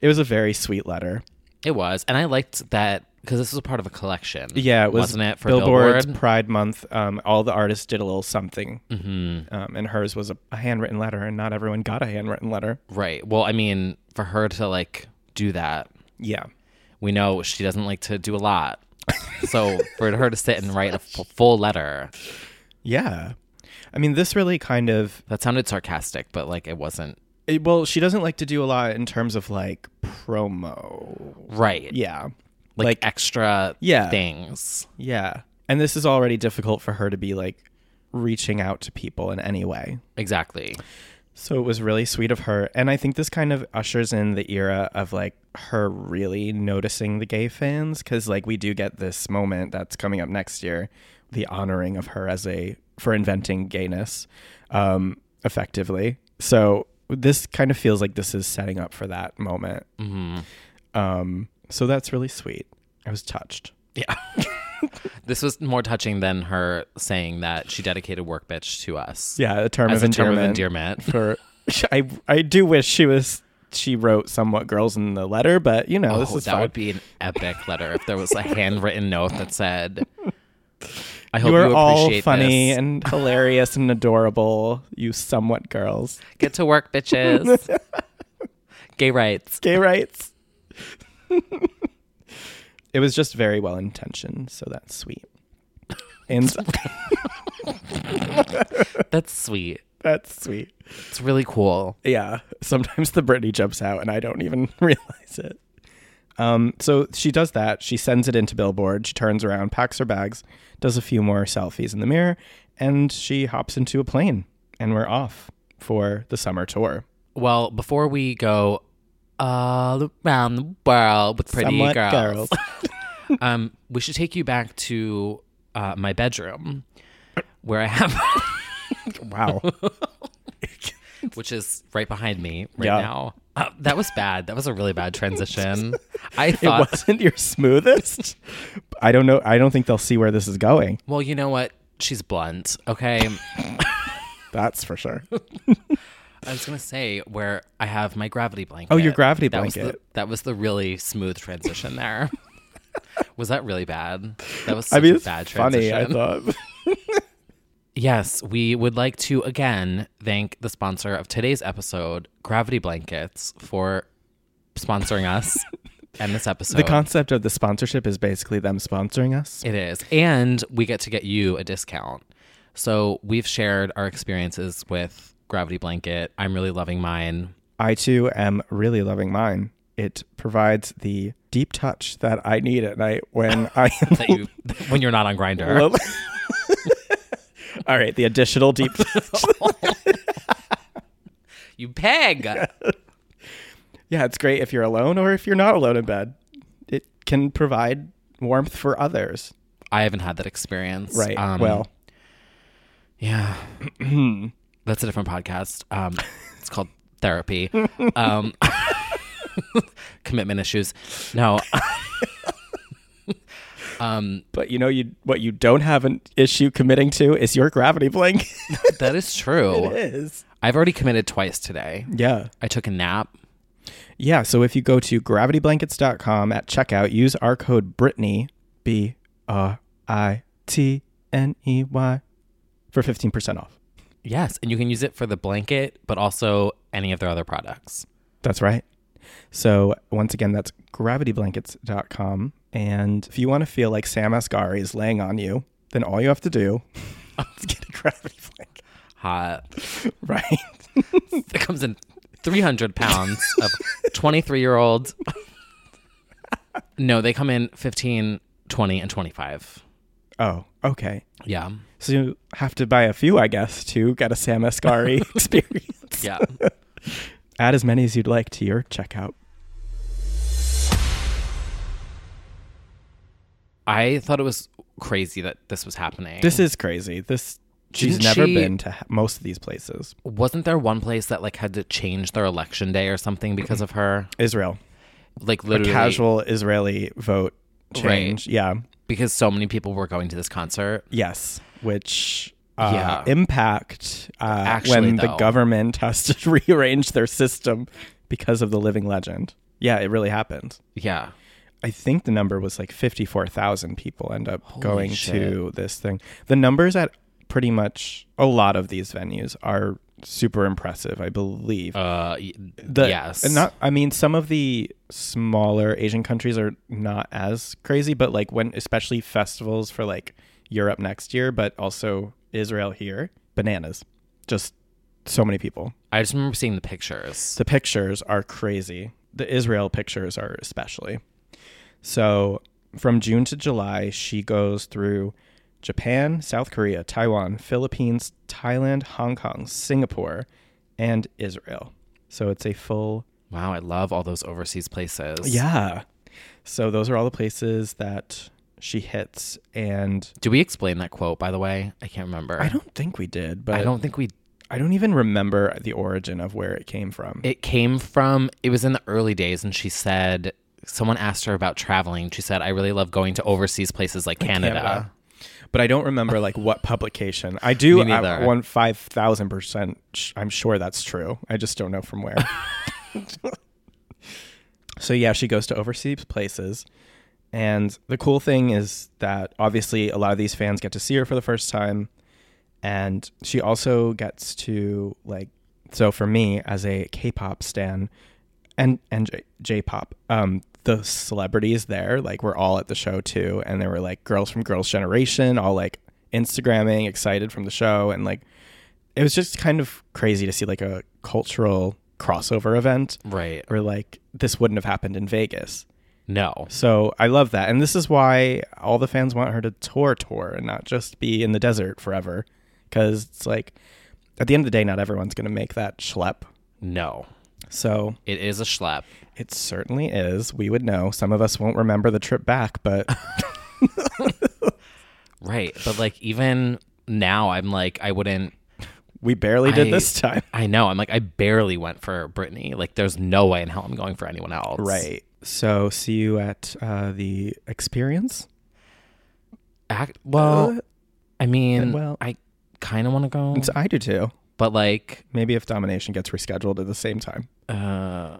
it was a very sweet letter.
it was. And I liked that because this was part of a collection.
Yeah, it was
Wasn't it? For
Billboard's
Billboard.
Pride Month. Um, all the artists did a little something,
Mm-hmm.
um, and hers was a, a handwritten letter, and not everyone got a handwritten letter.
right. Well, I mean, for her to like do that,
Yeah,
we know she doesn't like to do a lot. so for her to sit and write a f- full letter,
yeah. I mean, this really kind of
that sounded sarcastic, but like it wasn't
it- well, she doesn't like to do a lot in terms of like promo.
Right.
Yeah,
Like,
like-
extra
Yeah.
things.
yeah. And this is already difficult for her to be like reaching out to people in any way.
Exactly.
So it was really sweet of her. And I think this kind of ushers in the era of like her really noticing the gay fans because like we do get this moment that's coming up next year the honoring of her as a for inventing gayness um, effectively. So this kind of feels like this is setting up for that moment.
Mm-hmm.
Um, so that's really sweet. I was touched.
Yeah. this was more touching than her saying that she dedicated work bitch to us.
Yeah, a term,
As
of,
a term
endearment
of endearment.
for. I I do wish she was she wrote somewhat girls in the letter, but you know
Oh,
this is
that
fine.
would be an epic letter if there was a handwritten note that said, I hope
you
you,
are all
appreciate
funny
this.
and hilarious and adorable, you somewhat girls.
Get to work, bitches. Gay rights.
Gay rights. it was just very well intentioned, so that's sweet. And
That's sweet.
That's sweet.
It's really cool.
Yeah. Sometimes the Britney jumps out and I don't even realize it. Um, so she does that. She sends it into Billboard. She turns around, packs her bags, does a few more selfies in the mirror, and she hops into a plane. And we're off for the summer tour.
Well, before we go all around the world with pretty
Somewhat
girls, um, we should take you back to uh, my bedroom where I have,
Wow.
which is right behind me right
Yeah.
now. Uh, that was bad. That was a really bad transition. I
it
thought,
wasn't your smoothest. I don't know. I don't think they'll see where this is going.
well, you know what? She's blunt. Okay.
That's for sure.
I was gonna say where I have my gravity blanket.
Oh, your gravity
That was the-
blanket.
that was the really smooth transition there. was that really bad? That was such
I mean,
a
it's
bad
funny.
transition.
I thought.
Yes, we would like to again thank the sponsor of today's episode, Gravity Blankets, for sponsoring us and this episode.
The concept of the sponsorship is basically them sponsoring us.
It is. And we get to get you a discount. So we've shared our experiences with Gravity Blanket. I'm really loving mine.
I too am really loving mine. It provides the deep touch that I need at night when I am.
That you when you're not on Grinder.
lo- All right, the additional deep.
You peg.
yeah, it's great if you're alone or if you're not alone in bed. It can provide warmth for others.
I haven't had that experience.
Right.
Um,
well,
yeah. That's a different podcast. Um, it's called Therapy. Um, commitment issues. No. Um,
but you know, you what you don't have an issue committing to is your gravity blanket.
that is true.
is.
I've already committed twice today.
Yeah.
I took a nap.
Yeah, so if you go to gravityblankets.com at checkout, use our code Brittany B R I T N E Y for 15% off.
Yes, and you can use it for the blanket, but also any of their other products.
That's right. So once again, that's gravityblankets.com. And if you want to feel like Sam Asghari is laying on you, then all you have to do is get a gravity blanket.
Hot.
Right.
It comes in 300 pounds of 23 year old. no, they come in 15, 20, and 25.
Oh, okay.
Yeah.
So you have to buy a few, I guess, to get a Sam Asghari experience.
Yeah.
Add as many as you'd like to your checkout.
I thought it was crazy that this was happening.
This is crazy. This she's
Didn't
never
she-
been to ha- most of these places.
wasn't there one place that like had to change their election day or something because of her?
Israel,
Like literally
casual Israeli vote change. Yeah.
because so many people were going to this concert.
Yes. Which uh,
Yeah.
impact uh,
Actually,
when the
though.
government has to rearrange their system because of the living legend. Yeah, it really happened.
Yeah.
I think the number was like 54,000 people end up going to
shit.
this thing. The numbers at pretty much a lot of these venues are super impressive, I believe.
Uh y-
The,
yes.
and not. I mean, some of the smaller Asian countries are not as crazy, but like when, especially festivals for like Europe next year, but also Israel here, bananas. Just so many people.
I just remember seeing the pictures.
The pictures are crazy. The Israel pictures are especially. So from June to July, she goes through Japan, South Korea, Taiwan, Philippines, Thailand, Hong Kong, Singapore, and Israel. So it's a full
Wow, I love all those overseas places.
yeah. So those are all the places that she hits, and
Do we explain that quote by the way? I can't remember.
I don't think we did, but
I don't think we
I don't even remember the origin of where it came from.
it came from it was in the early days and she said someone asked her about traveling. She said I really love going to overseas places like Canada.
Canada. but I don't remember like what publication. I do
Me neither.
at one five thousand percent. sh- I'm sure that's true. I just don't know from where. so yeah, she goes to overseas places, and the cool thing is that obviously a lot of these fans get to see her for the first time, and she also gets to like. So for me, as a K-pop stan, and and J- J-pop. Um, the celebrities there, like, were all at the show too, and there were like girls from Girls' Generation, all like Instagramming, excited from the show, and like, it was just kind of crazy to see like a cultural crossover event
Right.
where like this wouldn't have happened in Vegas.
No.
So I love that. And this is why all the fans want her to tour tour and not just be in the desert forever. Cause it's like at the end of the day, not everyone's gonna make that schlep.
No.
So
It is a schlep.
it certainly is. We would know. Some of us won't remember the trip back, but
Right. But like even now I'm like I wouldn't
we barely did
I-
this time.
I know. I'm like I barely went for Britney. Like there's no way in hell I'm going for anyone else.
Right. So see you at uh, the experience.
Act well
Uh,
I mean
well-
I kinda wanna go.
So I do too.
But like
Maybe if Domination gets rescheduled at the same time.
uh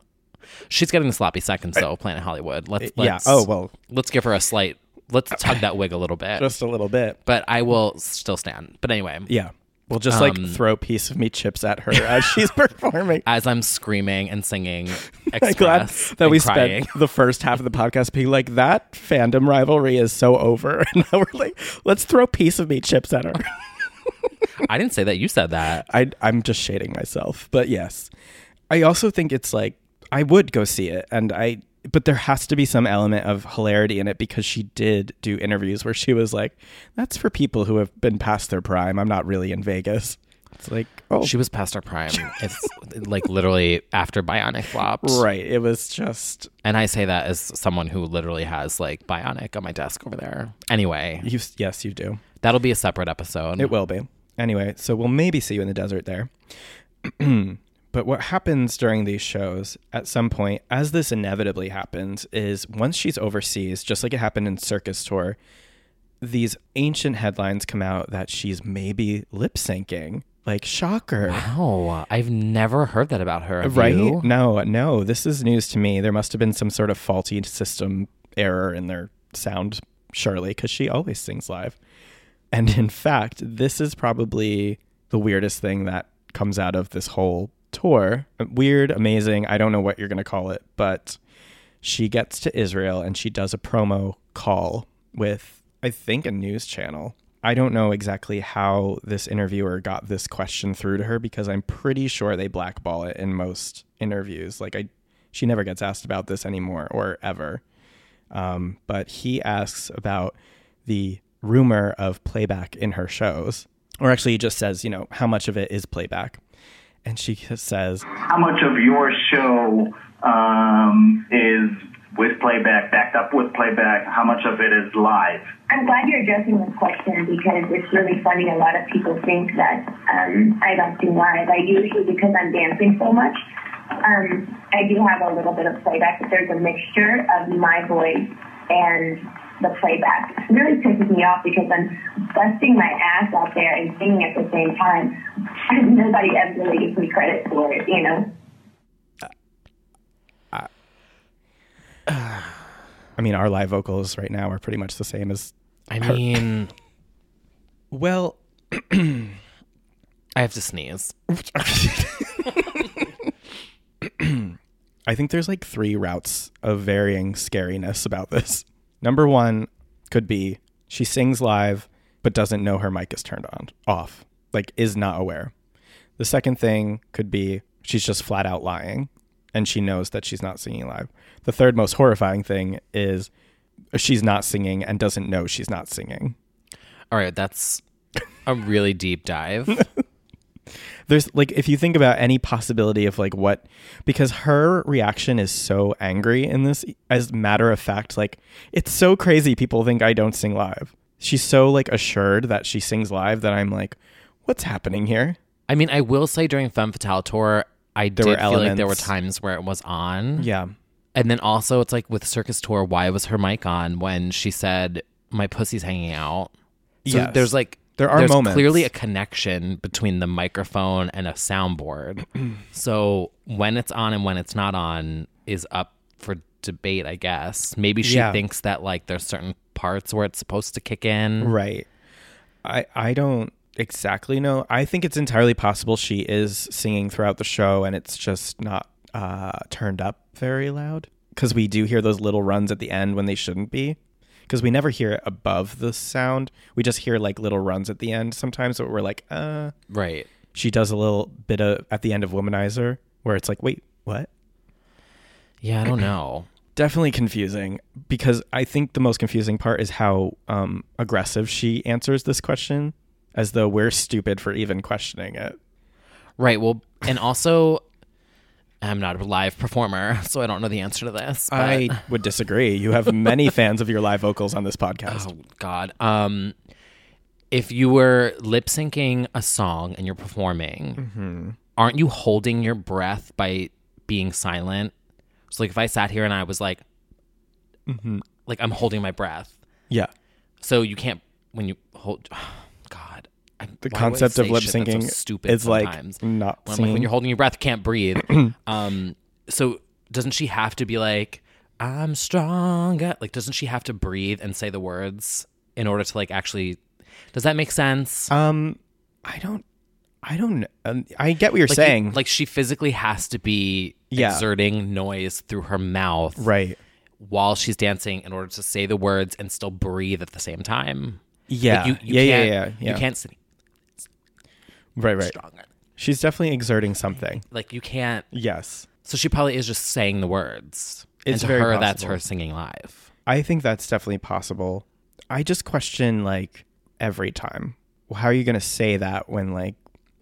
she's getting the sloppy seconds though, Planet Hollywood. Let's,
yeah.
let's
Oh well,
let's give her a slight let's tug that wig a little bit.
just a little bit.
but I will still stand. But anyway.
Yeah. We'll just
Um,
like throw piece of me chips at her as she's performing.
As I'm screaming and singing,
I'm glad
express
that
and
we
crying.
spent the first half of the podcast being like that fandom rivalry is so over, and now we're like, let's throw piece of me chips at her.
I didn't say that. You said that.
I, I'm just shading myself, but yes, I also think it's like I would go see it, and I but there has to be some element of hilarity in it because she did do interviews where she was like, "That's for people who have been past their prime. I'm not really in Vegas." It's like, oh,
She was past her prime. It's like literally after Bionic flopped.
right. It was just
And I say that as someone who literally has like Bionic on my desk over there. Anyway,
you. Yes, you do.
that'll be a separate episode.
It will be. Anyway, so we'll maybe see you in the desert there. but what happens during these shows at some point, as this inevitably happens, is once she's overseas, just like it happened in Circus Tour, these ancient headlines come out that she's maybe lip syncing. Like, shocker.
Oh, I've never heard that about her. Have
Right?
you?
No, no, this is news to me. There must have been some sort of faulty system error in their sound, surely, because she always sings live. And in fact, this is probably the weirdest thing that comes out of this whole tour. Weird, amazing. I don't know what you're going to call it, but she gets to Israel and she does a promo call with, I think, a news channel. I don't know exactly how this interviewer got this question through to her because I'm pretty sure they blackball it in most interviews. Like, I, she never gets asked about this anymore or ever. Um, but he asks about the rumor of playback in her shows, or actually, he just says, you know, how much of it is playback. And she says,
How much of your show um, is with playback, backed up with playback? How much of it is live?
I'm glad you're addressing this question because it's really funny. A lot of people think that um, I don't do live. I usually, because I'm dancing so much, um, I do have a little bit of playback, but there's a mixture of my voice and the playback. It really pisses me off because I'm busting my ass out there and singing at the same time. And nobody ever really gives me credit for it, you know?
I mean, our live vocals right now are pretty much the same as
I mean,
Well,
I have to sneeze.
I think there's like three routes of varying scariness about this. Number one could be she sings live but doesn't know her mic is turned on off, like is not aware. The second thing could be she's just flat out lying and she knows that she's not singing live. The third most horrifying thing is she's not singing and doesn't know she's not singing.
All right, that's a really deep dive.
there's like if you think about any possibility of like what because her reaction is so angry in this as matter of fact like it's so crazy people think i don't sing live she's so like assured that she sings live that i'm like what's happening here
I mean, I will say during Femme Fatale tour, I did
were
feel like there were
elements.
times where it was on.
yeah
And then also, it's like with Circus Tour, why was her mic on when she said, My pussy's hanging out? So
Yes.
there's like,
There are
there's
moments.
clearly a connection between the microphone and a soundboard. so when it's on and when it's not on is up for debate, I guess. Maybe she
Yeah.
thinks that like there's certain parts where it's supposed to kick in.
right i i don't exactly know i think it's entirely possible she is singing throughout the show and it's just not uh turned up very loud because we do hear those little runs at the end when they shouldn't be because we never hear it above the sound we just hear like little runs at the end sometimes but we're like uh
Right.
she does a little bit of at the end of Womanizer where it's like, wait, what?
Yeah, I don't know.
Definitely confusing because I think the most confusing part is how um, aggressive she answers this question, as though we're stupid for even questioning it.
Right. Well, and also, I'm not a live performer, so I don't know the answer to this. but-
I would disagree. You have many fans of your live vocals on this podcast.
Oh God. Um, if you were lip syncing a song and you're performing,
Mhm.
aren't you holding your breath by being silent? So like, if I sat here and I was like,
Mhm.
like I'm holding my breath.
Yeah.
So you can't when you hold. God. I-
The
why do I
concept of
say
lip
shit that's
syncing
so stupid
is like
sometimes?
not
when, I'm like, when
seeing-
you're holding your breath, can't breathe. um, so doesn't she have to be like, I'm stronger? Like, doesn't she have to breathe and say the words in order to like actually? Does that make sense?
Um, I don't, I don't, um, I get what you're
Like, you-
saying.
like she physically has to be
Yeah.
exerting noise through her mouth,
Right.
While she's dancing, in order to say the words and still breathe at the same time. Like,
Yeah.
you, you
Yeah, yeah,
can't,
yeah, yeah.
You can't sit-
right, right. She's definitely exerting something.
like you can't.
Yes.
So she probably is just saying the words. And
It's
to
very
her, that's
possible.
her singing live.
I think that's definitely possible. I just question like every time. How are you going to say that when like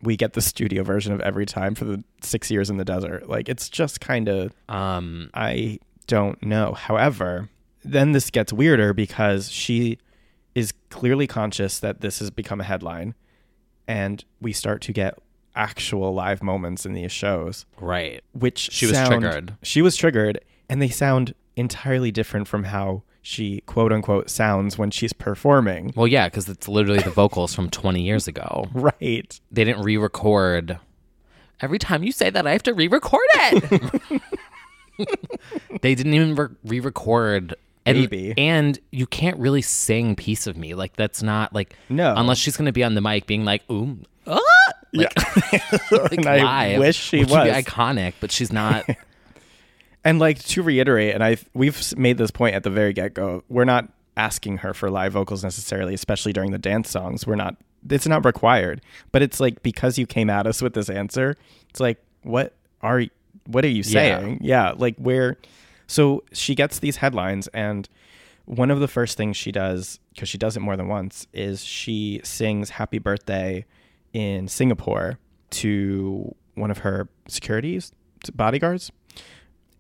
we get the studio version of every time for the 6 years in the desert? Like it's just kind of
um
I don't know. However, then this gets weirder because she is clearly conscious that this has become a headline and we start to get actual live moments in these shows.
Right.
Which
She was
sound-
triggered.
She was triggered, and they sound entirely different from how she quote unquote sounds when she's performing.
Well, yeah, because it's literally the vocals from 20 years ago.
Right.
They didn't re record. Every time you say that, I have to re record it. they didn't even re record. And,
Maybe.
And you can't really sing Piece of Me. Like, that's not like.
No.
Unless she's going to be on the mic being like, ooh. Ah! Like, like
And I
live,
wish she
which would be
was.
iconic, but she's not.
And like to reiterate, and I we've s- made this point at the very get go. We're not asking her for live vocals necessarily, especially during the dance songs. We're not. It's not required. But it's like because you came at us with this answer, it's like what are y- what are you
Yeah.
saying? Yeah, like where. So she gets these headlines, and one of the first things she does because she does it more than once is she sings "Happy Birthday" in Singapore to one of her securities to bodyguards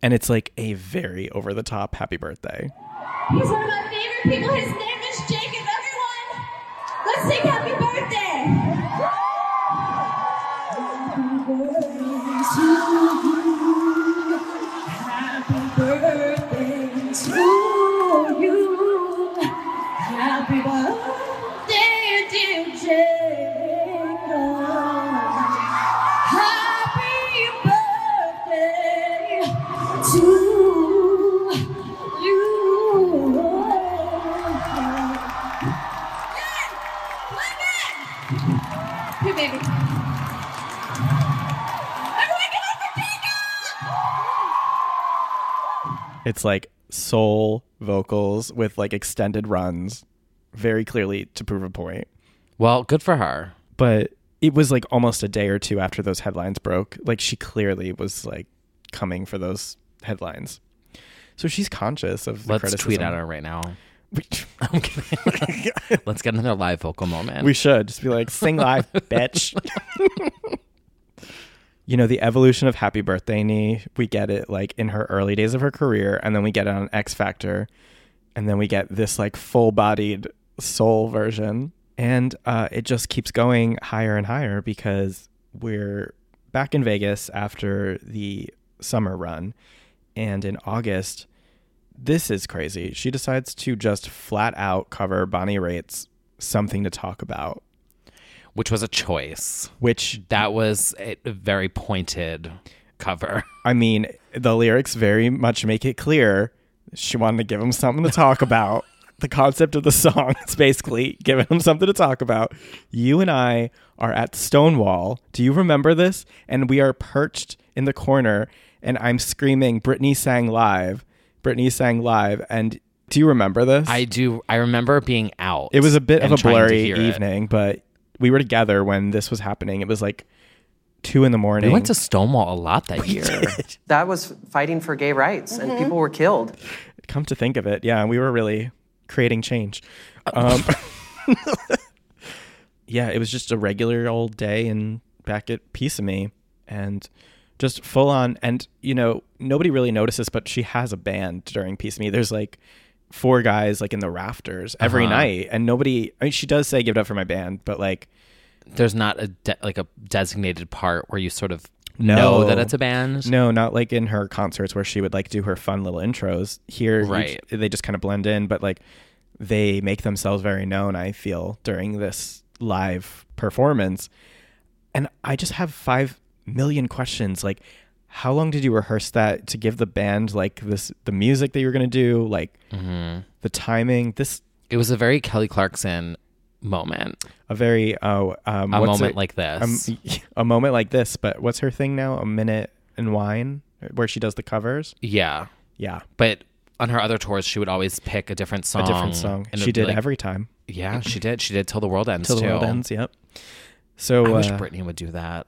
and it's like a very over the top happy birthday.
He's one of my favorite people. His name is Jacob, everyone. Let's sing happy birthday. Happy birthday to you. Happy birthday, dear Jacob. Happy birthday to you. Here, baby.
It's like soul vocals with like extended runs, very clearly to prove a point.
Well, good for her.
But it was like almost a day or two after those headlines broke. Like she clearly was like coming for those headlines. So she's conscious of the
Let's tweet
criticism.
at her right now. I'm kidding. Let's get another live vocal moment.
We should just be like, sing live, bitch. you know, the evolution of Happy Birthday Nee, we get it like in her early days of her career, and then we get it on X Factor, and then we get this like full bodied soul version. And uh, it just keeps going higher and higher because we're back in Vegas after the summer run. And in August, this is crazy. She decides to just flat out cover Bonnie Raitt's Something to Talk About.
which was a choice.
Which
that was a a very pointed cover.
I mean, the lyrics very much make it clear she wanted to give him something to talk about. the concept of the song is basically giving him something to talk about. You and I are at Stonewall. Do you remember this? And we are perched in the corner, and I'm screaming, Britney sang live. Britney sang live. And do you remember this?
I do. I remember being out.
It was a bit of
and
a
trying to
blurry
hear it.
evening, but we were together when this was happening. It was like two in the morning.
We went to Stonewall a lot that year.
That was fighting for gay rights, and
Mm-hmm.
Mhm.
people were killed.
Come to think of it, yeah, we were really creating change. Um, yeah, it was just a regular old day and back at Piece of Me and just full on. And, you know, nobody really notices, but she has a band during Piece of Me. There's like four guys like in the rafters every
Uh-huh.
night. And nobody, I mean, she does say give it up for my band, but like,
There's not a de- like a designated part where you sort of
no.
know that it's a band.
No, not like in her concerts where she would like do her fun little intros. Here, you-
Right.
they just kind of blend in, but like they make themselves very known. I feel during this live performance, and I just have five million questions. Like, how long did you rehearse that to give the band like this the music that you're gonna do? Like
Mm-hmm.
the timing. This
it was a very Kelly Clarkson moment.
A very oh um,
A
what's
moment
it-
like this.
um, a moment like this. But what's her thing now? A minute and wine, where she does the covers.
Yeah.
Yeah.
But on her other tours, she would always pick a different song.
A different song.
Um, and
She
it'd be
did every time.
Yeah, she did. She did Till the World Ends,
Till the
too.
World Ends, yep. So
I wish
uh,
Britney would do that.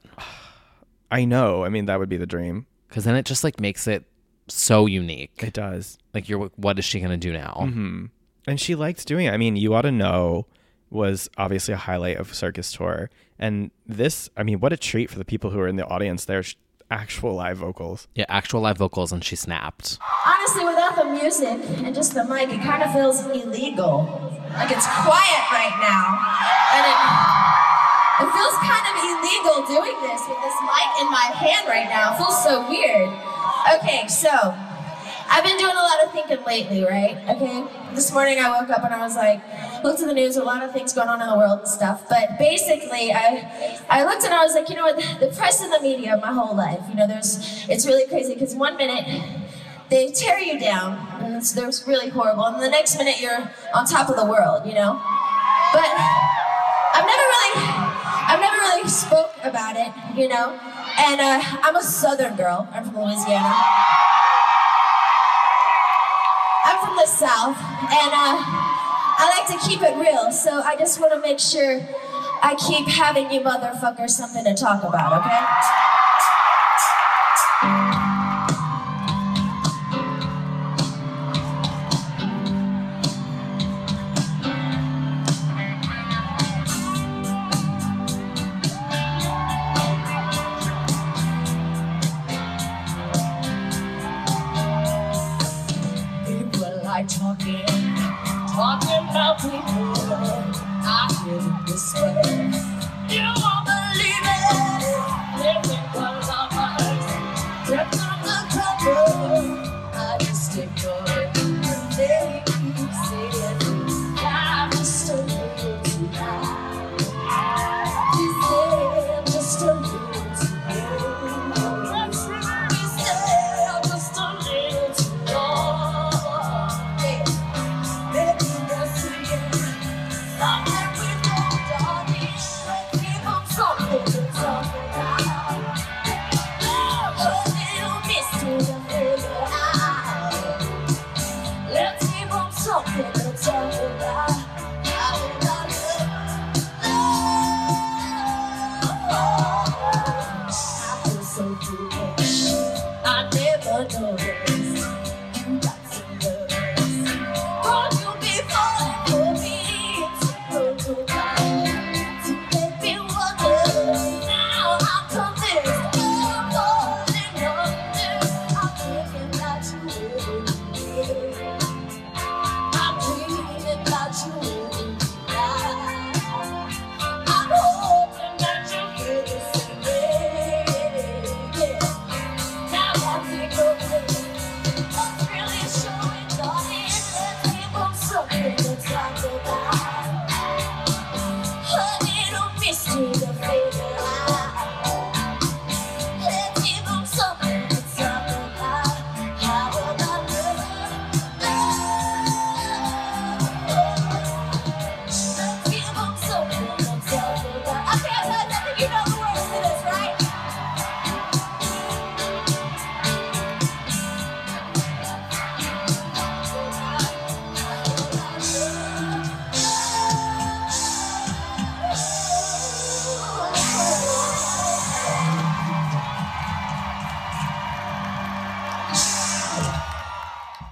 I know. I mean, that would be the dream.
Because then it just like makes it so unique.
It does.
Like you're, like, what is she gonna do now?
hmm And she likes doing it. I mean, You Ought to Know was obviously a highlight of Circus Tour. And this, I mean, what a treat for the people who are in the audience. There's actual live vocals.
Yeah, actual live vocals, and she snapped.
Honestly, without the music and just the mic, it kind of feels illegal. Like it's quiet right now. And it, it feels kind of illegal doing this with this mic in my hand right now. It feels so weird. Okay, so I've been doing a lot of thinking lately, right? Okay. This morning I woke up and I was like, looked at the news, a lot of things going on in the world and stuff. But basically, I I looked and I was like, you know what? The press and the media, my whole life, you know, there's it's really crazy because one minute they tear you down, and it's, they're really horrible. And the next minute, you're on top of the world, you know. But I've never really, I've never really spoke about it, you know. And uh, I'm a Southern girl. I'm from Louisiana. I'm from the South, and uh, I like to keep it real. So I just want to make sure I keep having you motherfuckers something to talk about, okay?
People like talking, talking about people. I hear them whisper, you won't believe it. Living for lovers, kept on the cover. I just ignore it. They keep saying, I'm just a loser. They say I'm just a loser. They say I'm just a loser.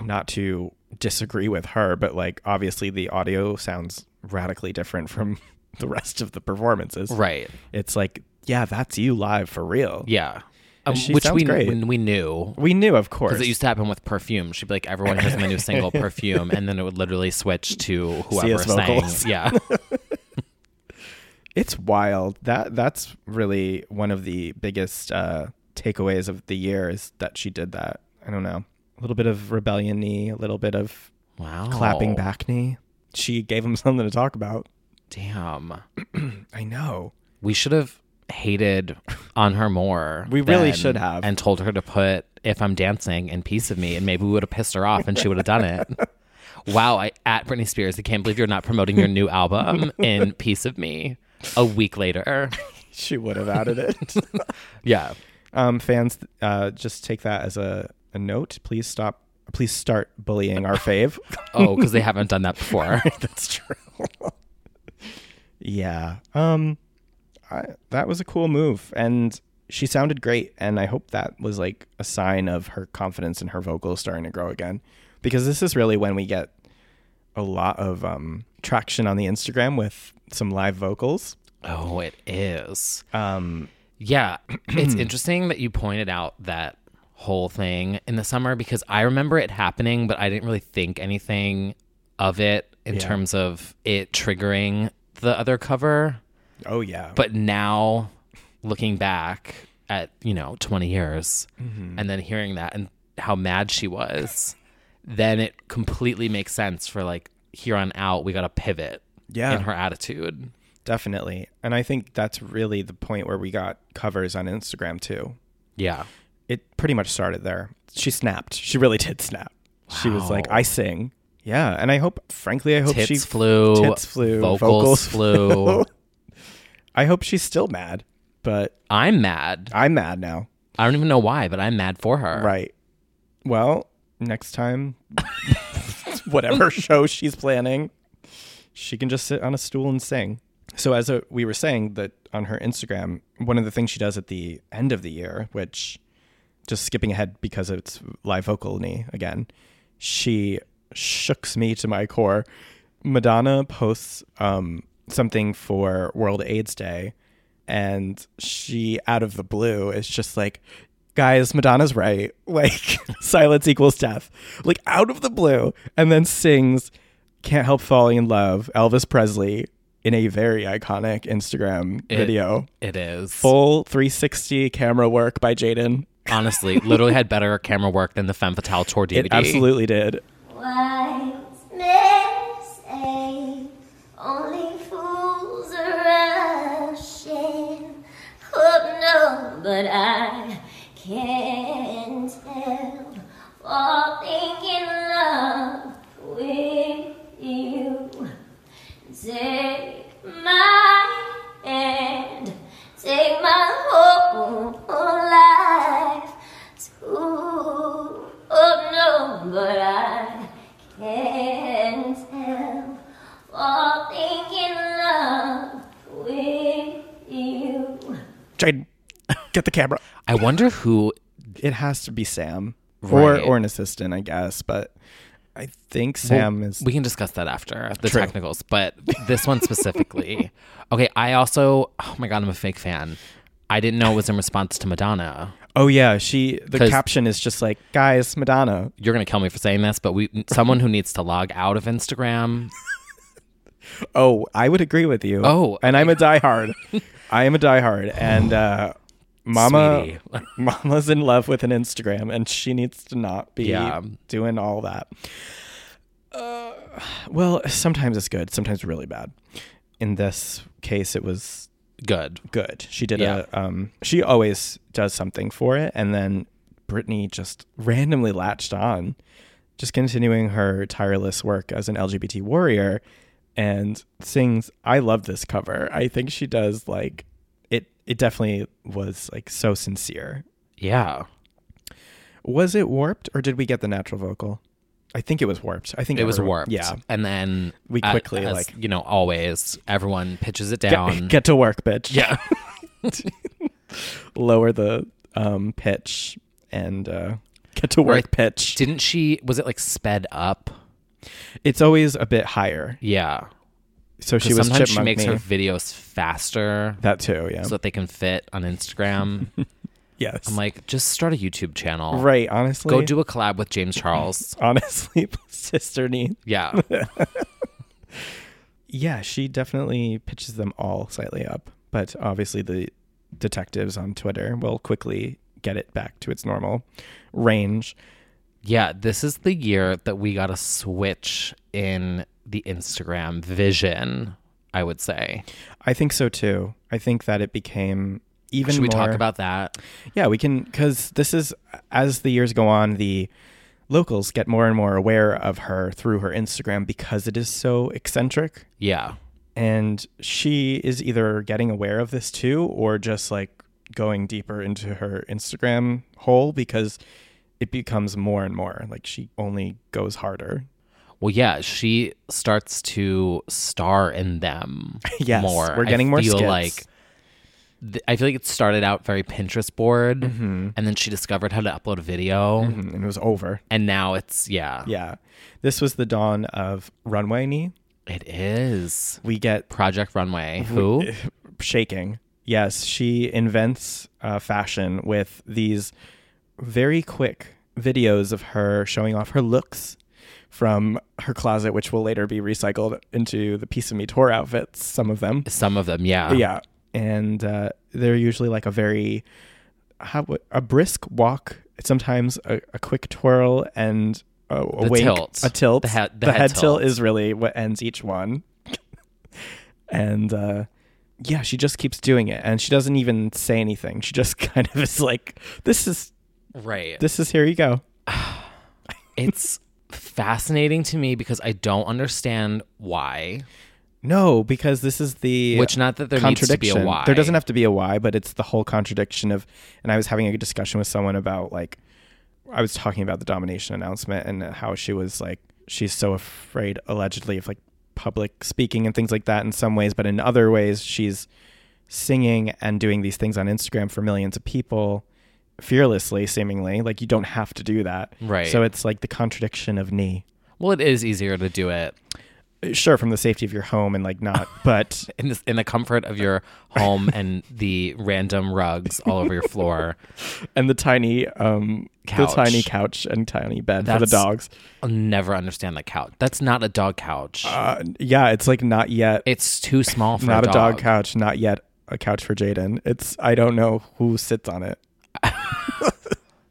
not to disagree with her, but like obviously the audio sounds radically different from the rest of the performances.
Right.
It's like, yeah, that's you live for real.
Yeah.
And
Um,
she
which
sounds
we,
great.
we we knew
We knew, of course.
because it used to happen with perfume. She'd be like, "Everyone hears my new single, Perfume," and then it would literally switch to whoever
us
sang.
vocals.
Yeah,
It's wild. That that's really one of the biggest uh, takeaways of the year is that she did that. I don't know. A little bit of rebellion knee, a little bit of
wow,
clapping back knee. She gave him something to talk about.
Damn,
I know.
we should have hated on her more.
We really
then
should have.
and told her to put "If I'm Dancing" in "Piece of Me," and maybe we would have pissed her off, and she would have done it. Wow, I, at Britney Spears, I can't believe you're not promoting your new album in "Piece of Me." A week later,
She would have added it.
yeah,
um, fans, uh, just take that as a, a note. Please stop. Please start bullying our fave.
Oh, 'cause they haven't done that before.
That's true. yeah. Um, I, that was a cool move, and she sounded great. And I hope that was like a sign of her confidence in her vocals starting to grow again, because this is really when we get a lot of um, traction on the Instagram with some live vocals.
Oh, it is.
Um,
Yeah, it's interesting that you pointed out that whole thing in the summer because I remember it happening, but I didn't really think anything of it in
Yeah.
terms of it triggering the other cover.
Oh yeah.
But now looking back at, you know, 20 years
Mhm.
and then hearing that and how mad she was, then it completely makes sense for like here on out we got to pivot
Yeah.
in her attitude.
Definitely. And I think that's really the point where we got covers on Instagram too.
Yeah.
It pretty much started there. She snapped. She really did snap. She was like,
Wow.
I sing. Yeah. And I hope, frankly, I hope
Tits
she
flew,
Tits flew.
vocals flew.
I hope she's still mad, but
I'm mad.
I'm mad now.
I don't even know why, but I'm mad for her.
Right. Well, next time, whatever show she's planning, she can just sit on a stool and sing. So, as uh we were saying, that on her Instagram, one of the things she does at the end of the year, which just skipping ahead because it's live vocal knee again, she shooks me to my core. Madonna posts um, something for World AIDS Day, and she, out of the blue, is just like, guys, Madonna's right. Like, silence equals death. Like, out of the blue, and then sings Can't Help Falling in Love, Elvis Presley, in a very iconic Instagram
It-
video.
It is.
Full 360 camera work by Jaden.
Honestly, literally had better camera work than the Femme Fatale tour DVD.
It absolutely did.
Wise men say only fools are rushing. Hope no, but I can tell. Falling in love with you. Take my hand, take my whole life. Ooh, oh no, but I can tell. Falling in love with you.
Jaden, get the camera.
I wonder who.
It has to be Sam or
Right.
or an assistant, I guess. But I think Sam
Well,
is.
We can discuss that after the
True.
technicals, but this one specifically. okay, I also. Oh my God, I'm a fake fan. I didn't know it was in response to Madonna.
Oh yeah, she. The
'Cause-
caption is just like, guys, Madonna.
You're gonna kill me for saying this, but we someone who needs to log out of Instagram.
Oh, I would agree with you.
Oh.
and I'm a diehard. I am a diehard, and uh, Mama, Mama's in love with an Instagram, and she needs to not be
Yeah.
doing all that. Uh, well, sometimes it's good, sometimes really bad. In this case, it was
Good.
good. She did
Yeah.
a um she always does something for it and then Brittany just randomly latched on, just continuing her tireless work as an LGBT warrior and sings I love this cover. I think she does like it it definitely was like so sincere.
Yeah.
Was it warped or did we get the natural vocal? I think it was warped. I think
It was
everyone-
warped.
Yeah.
And then
We
uh,
quickly,
as,
like-
you know, always everyone pitches it down.
Get, get to work, bitch.
yeah.
Lower the um pitch and uh Get to work, pitch.
Didn't she? Was it like sped up?
It's always a bit higher.
Yeah.
So she
'Cause
was
Sometimes she
chipmunk
makes
me.
her videos faster.
That too, yeah.
So that they can fit on Instagram.
yes.
I'm like, just start a YouTube channel.
Right, honestly.
Go do a collab with James Charles.
honestly, sister need.
Yeah.
yeah, she definitely pitches them all slightly up, but obviously the detectives on Twitter will quickly get it back to its normal range.
Yeah, this is the year that we got a switch in the Instagram vision, I would say.
I think so too. I think that it became even
Should we talk
more-
about that?
Yeah, we can cuz this is as the years go on the locals get more and more aware of her through her Instagram because it is so eccentric.
Yeah.
And she is either getting aware of this too or just like going deeper into her Instagram hole because it becomes more and more like she only goes harder.
Well, yeah, she starts to star in them
Yes,
more.
we're getting
I
more
feel
skits.
like th- I feel like it started out very Pinterest board,
Mm-hmm.
and then she discovered how to upload a video,
Mm, and it was over.
And now it's yeah,
Yeah. This was the dawn of Runway Knee.
It is.
We get
Project Runway. Who?
Shaking. Yes, she invents uh, fashion with these very quick videos of her showing off her looks from her closet, which will later be recycled into the Piece of Me tour outfits, some of them.
Some of them, yeah.
Yeah. And uh, they're usually like a very how, a brisk walk, sometimes a, a quick twirl, and a, a
The
wink,
tilt.
a tilt.
The head- the head
head tilt
tilt.
is really what ends each one. and uh, yeah, she just keeps doing it, and she doesn't even say anything. She just kind of is like, "This is
Right.
This is here you go."
it's fascinating to me because I don't understand why.
No, because this is the
Which, not that there needs to be a
contradiction.
why.
There doesn't have to be a why, but it's the whole contradiction of. And I was having a discussion with someone about like, I was talking about the domination announcement and how she was like, she's so afraid allegedly of like public speaking and things like that in some ways, but in other ways she's singing and doing these things on Instagram for millions of people fearlessly, seemingly like you don't have to do that.
Right.
So it's like the contradiction of knee.
Well, it is easier to do it
Sure, from the safety of your home and like not, but
in this, in the comfort of your home and the random rugs all over your floor.
and the tiny um
Couch.
the tiny couch and tiny bed for the
That's-
dogs.
I'll never understand that couch. That's not a dog couch.
Uh, yeah, it's like not yet.
It's too small for
not
a
a dog
dog.
couch. Not yet a couch for Jaden. It's I don't know who sits on it.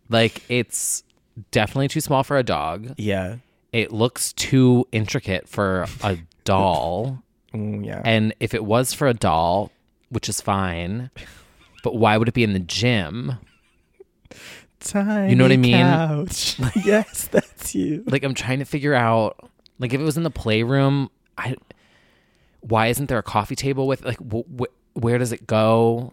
like it's definitely too small for a dog.
Yeah.
It looks too intricate for a doll.
Mm, yeah.
And if it was for a doll, which is fine, but why would it be in the gym?
Tiny
You know what I mean?
Couch. yes, that's you.
Like I'm trying to figure out like if it was in the playroom, I why isn't there a coffee table with like wh- wh- where does it go?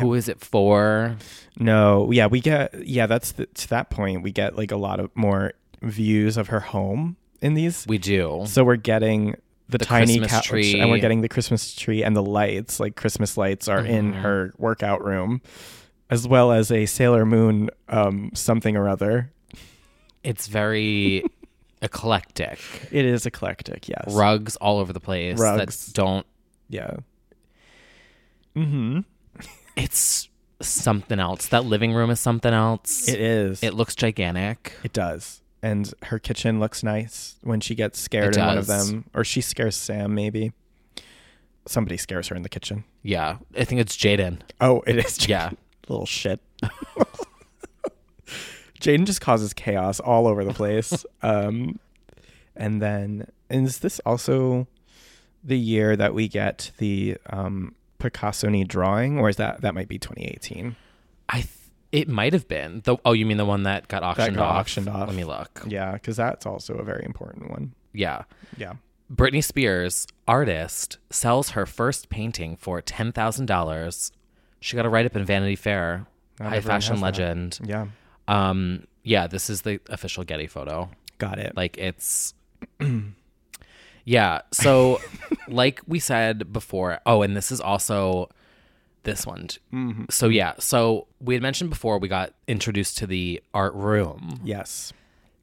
Who is it for?
No, yeah, we get yeah. That's the, to that point we get like a lot of more views of her home in these.
We do.
So we're getting the,
The
tiny
Christmas
couch,
tree.
and we're getting the Christmas tree and the lights. Like Christmas lights are in
Mhm.
her workout room, as well as a Sailor Moon um, something or other.
It's very eclectic.
It is eclectic, yes.
Rugs all over the place
Rugs.
that don't
Yeah. Mm-hmm.
It's something else. That living room is something else.
It is.
It looks gigantic.
It does. And her kitchen looks nice when she gets scared
It
in one of
does.
them, or she scares Sam maybe. Somebody scares her in the kitchen.
Yeah. I think it's Jaden.
Oh, it is.
Yeah.
Little shit. Jaden just causes chaos all over the place. um, and then, and is this also the year that we get the um, Picasso knee drawing, or is that that might be 2018?
I th- it might have been. The oh, you mean the one that got auctioned
got
off?
auctioned off.
Let me look.
Yeah, because that's also a very important one.
Yeah.
Yeah.
Britney Spears, artist, sells her first painting for ten thousand dollars. She got a write up in Vanity Fair.
Not
high
everyone
fashion
has Hmm. that.
legend.
Yeah.
Um, yeah, this is the official Getty photo.
Got it.
Like it's Yeah. So, like we said before, oh, and this is also this one. t-
Mhm.
So yeah, so we had mentioned before we got introduced to the art room.
Yes.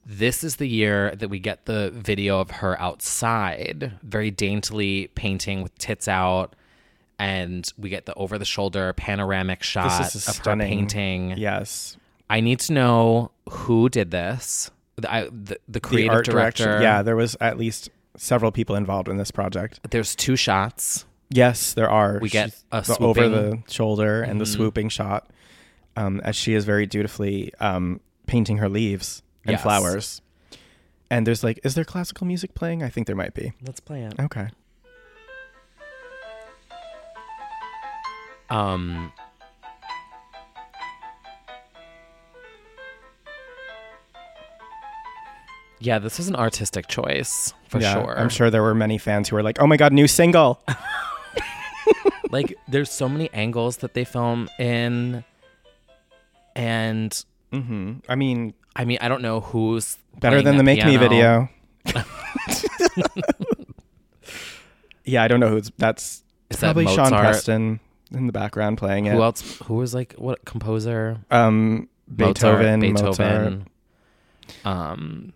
This is the year that we get the video of her outside, very daintily painting with tits out, and we get the over the shoulder panoramic shot
is a
of
stunning-
her painting.
Yes.
I need to know who did this. The, I, the, the creative director.
Yeah, there was at least several people involved in this project.
There's two shots.
Yes, there are.
We get a
the over the
swooping-
shoulder and the
Mhm.
swooping shot, um, as she is very dutifully um, painting her leaves and
Yes.
flowers. And there's like, is there classical music playing? I think there might be.
Let's play it.
Okay.
Um. Yeah, this was an artistic choice for
Yeah,
sure.
I'm sure there were many fans who were like, oh my God, new single.
like, there's so many angles that they film in, and
I mean,
I mean, I don't know who's
Better
playing
than
that
the Make Me
piano.
video. yeah, I don't know who's that's
Is that
probably Sean
Mozart?
Preston in the background playing it.
Who else? Who was like what composer?
Um,
Mozart,
Beethoven,
Beethoven. Um,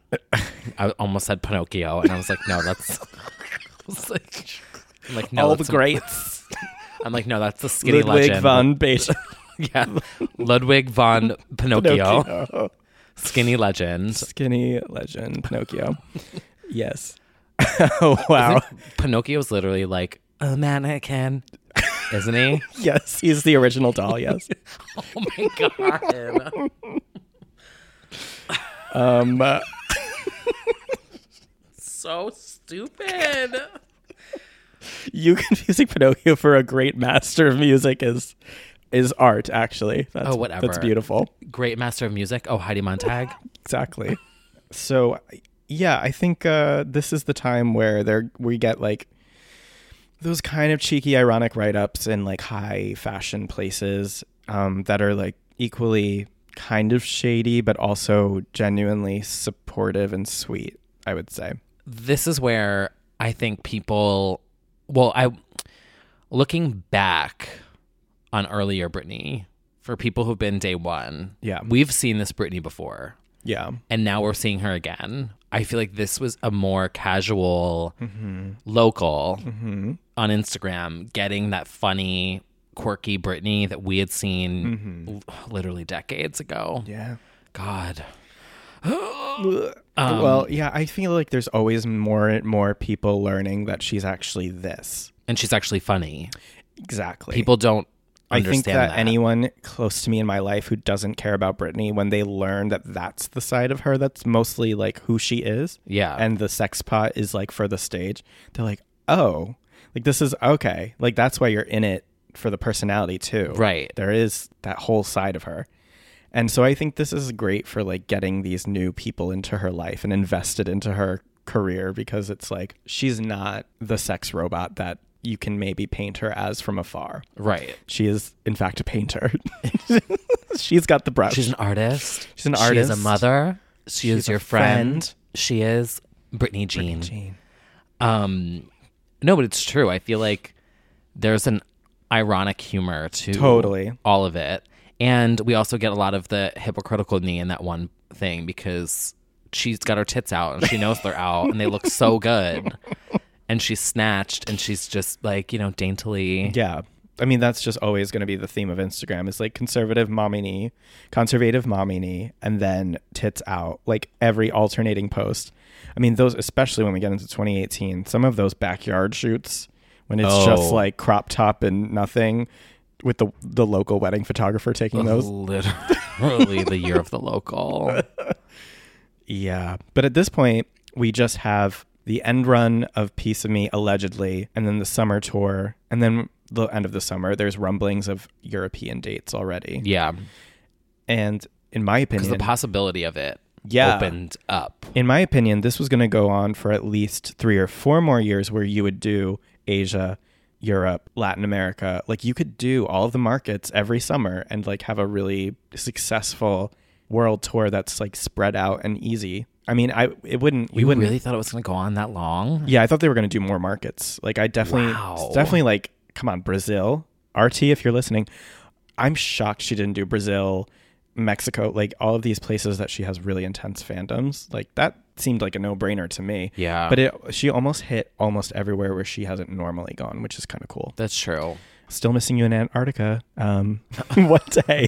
I almost said Pinocchio, and I was like, no, that's. I was like, I'm like, no,
All the
that's-
greats.
I'm like, no, that's the skinny
Ludwig
legend.
van Beethoven.
yeah, Ludwig von Pinocchio,
Pinocchio.
skinny legend.
Skinny legend, Pinocchio. yes. oh wow.
Isn't- Pinocchio's literally like a mannequin, isn't he?
Yes, he's the original doll, yes.
oh my god.
um uh,
so stupid.
you confusing Pinocchio for a great master of music is is art actually. That's
oh, whatever.
That's beautiful.
Great master of music. Oh, Heidi Montag.
exactly. So yeah, I think uh, this is the time where there we get like those kind of cheeky, ironic write-ups in like high fashion places um, that are like equally kind of shady, but also genuinely supportive and sweet. I would say.
this is where I think people, well, I looking back on earlier Britney for people who've been day one.
Yeah.
we've seen this Britney before,
Yeah.
and now we're seeing her again. I feel like this was a more casual,
Mhm.
local
Mhm.
on Instagram, getting that funny, quirky Britney that we had seen l- literally decades ago.
Mm-hmm. Yeah.
God. Um,
well, yeah, I feel like there's always more and more people learning that she's actually this.
and she's actually funny.
Exactly.
People don't
I
understand
think that,
that.
anyone close to me in my life who doesn't care about Britney, when they learn that that's the side of her that's mostly like who she is,
Yeah.
and the sex pot is like for the stage, they're like, oh, like this is okay, like that's why you're in it for the personality too,
Right.
There is that whole side of her, and so I think this is great for like getting these new people into her life and invested into her career because it's like she's not the sex robot that you can maybe paint her as from afar.
Right.
She is, in fact, a painter. She's got the brush.
She's an artist.
She's an
She is a
artist.
mother. She
She's
is
a
your friend.
friend.
She is Brittany Jean. Um, no, but it's true. I feel like there's an ironic humor to
Totally.
all of it, and we also get a lot of the hypocritical knee in that one thing because she's got her tits out and she knows they're out and they look so good, and she's snatched and she's just like you know daintily.
Yeah. I mean, that's just always going to be the theme of Instagram. It's like conservative mommy conservative mommy and then tits out, like every alternating post. I mean, those, especially when we get into 2018, some of those backyard shoots when it's just
Oh.
like crop top and nothing with the, the local wedding photographer taking those.
Literally the year of the local.
Yeah. But at this point, we just have the end run of Piece of Me, allegedly, and then the summer tour. And then the end of the summer, there's rumblings of European dates already.
Yeah.
And in my
Because
opinion,
the possibility of it
Yeah.
opened up.
in my opinion, this was going to go on for at least three or four more years where you would do Asia, Europe, Latin America. Like you could do all of the markets every summer and like have a really successful world tour that's like spread out and easy. I mean, I it wouldn't we
You
wouldn't
really thought it was going to go on that long?
Yeah, I thought they were going to do more markets. Like I definitely,
Wow.
it's definitely like, come on, Brazil. RT, if you're listening, I'm shocked she didn't do Brazil, Mexico, like all of these places that she has really intense fandoms. Like that seemed like a no brainer to me.
Yeah.
But it, she almost hit almost everywhere where she hasn't normally gone, which is kind of cool.
That's true.
Still missing you in Antarctica. Um, one day.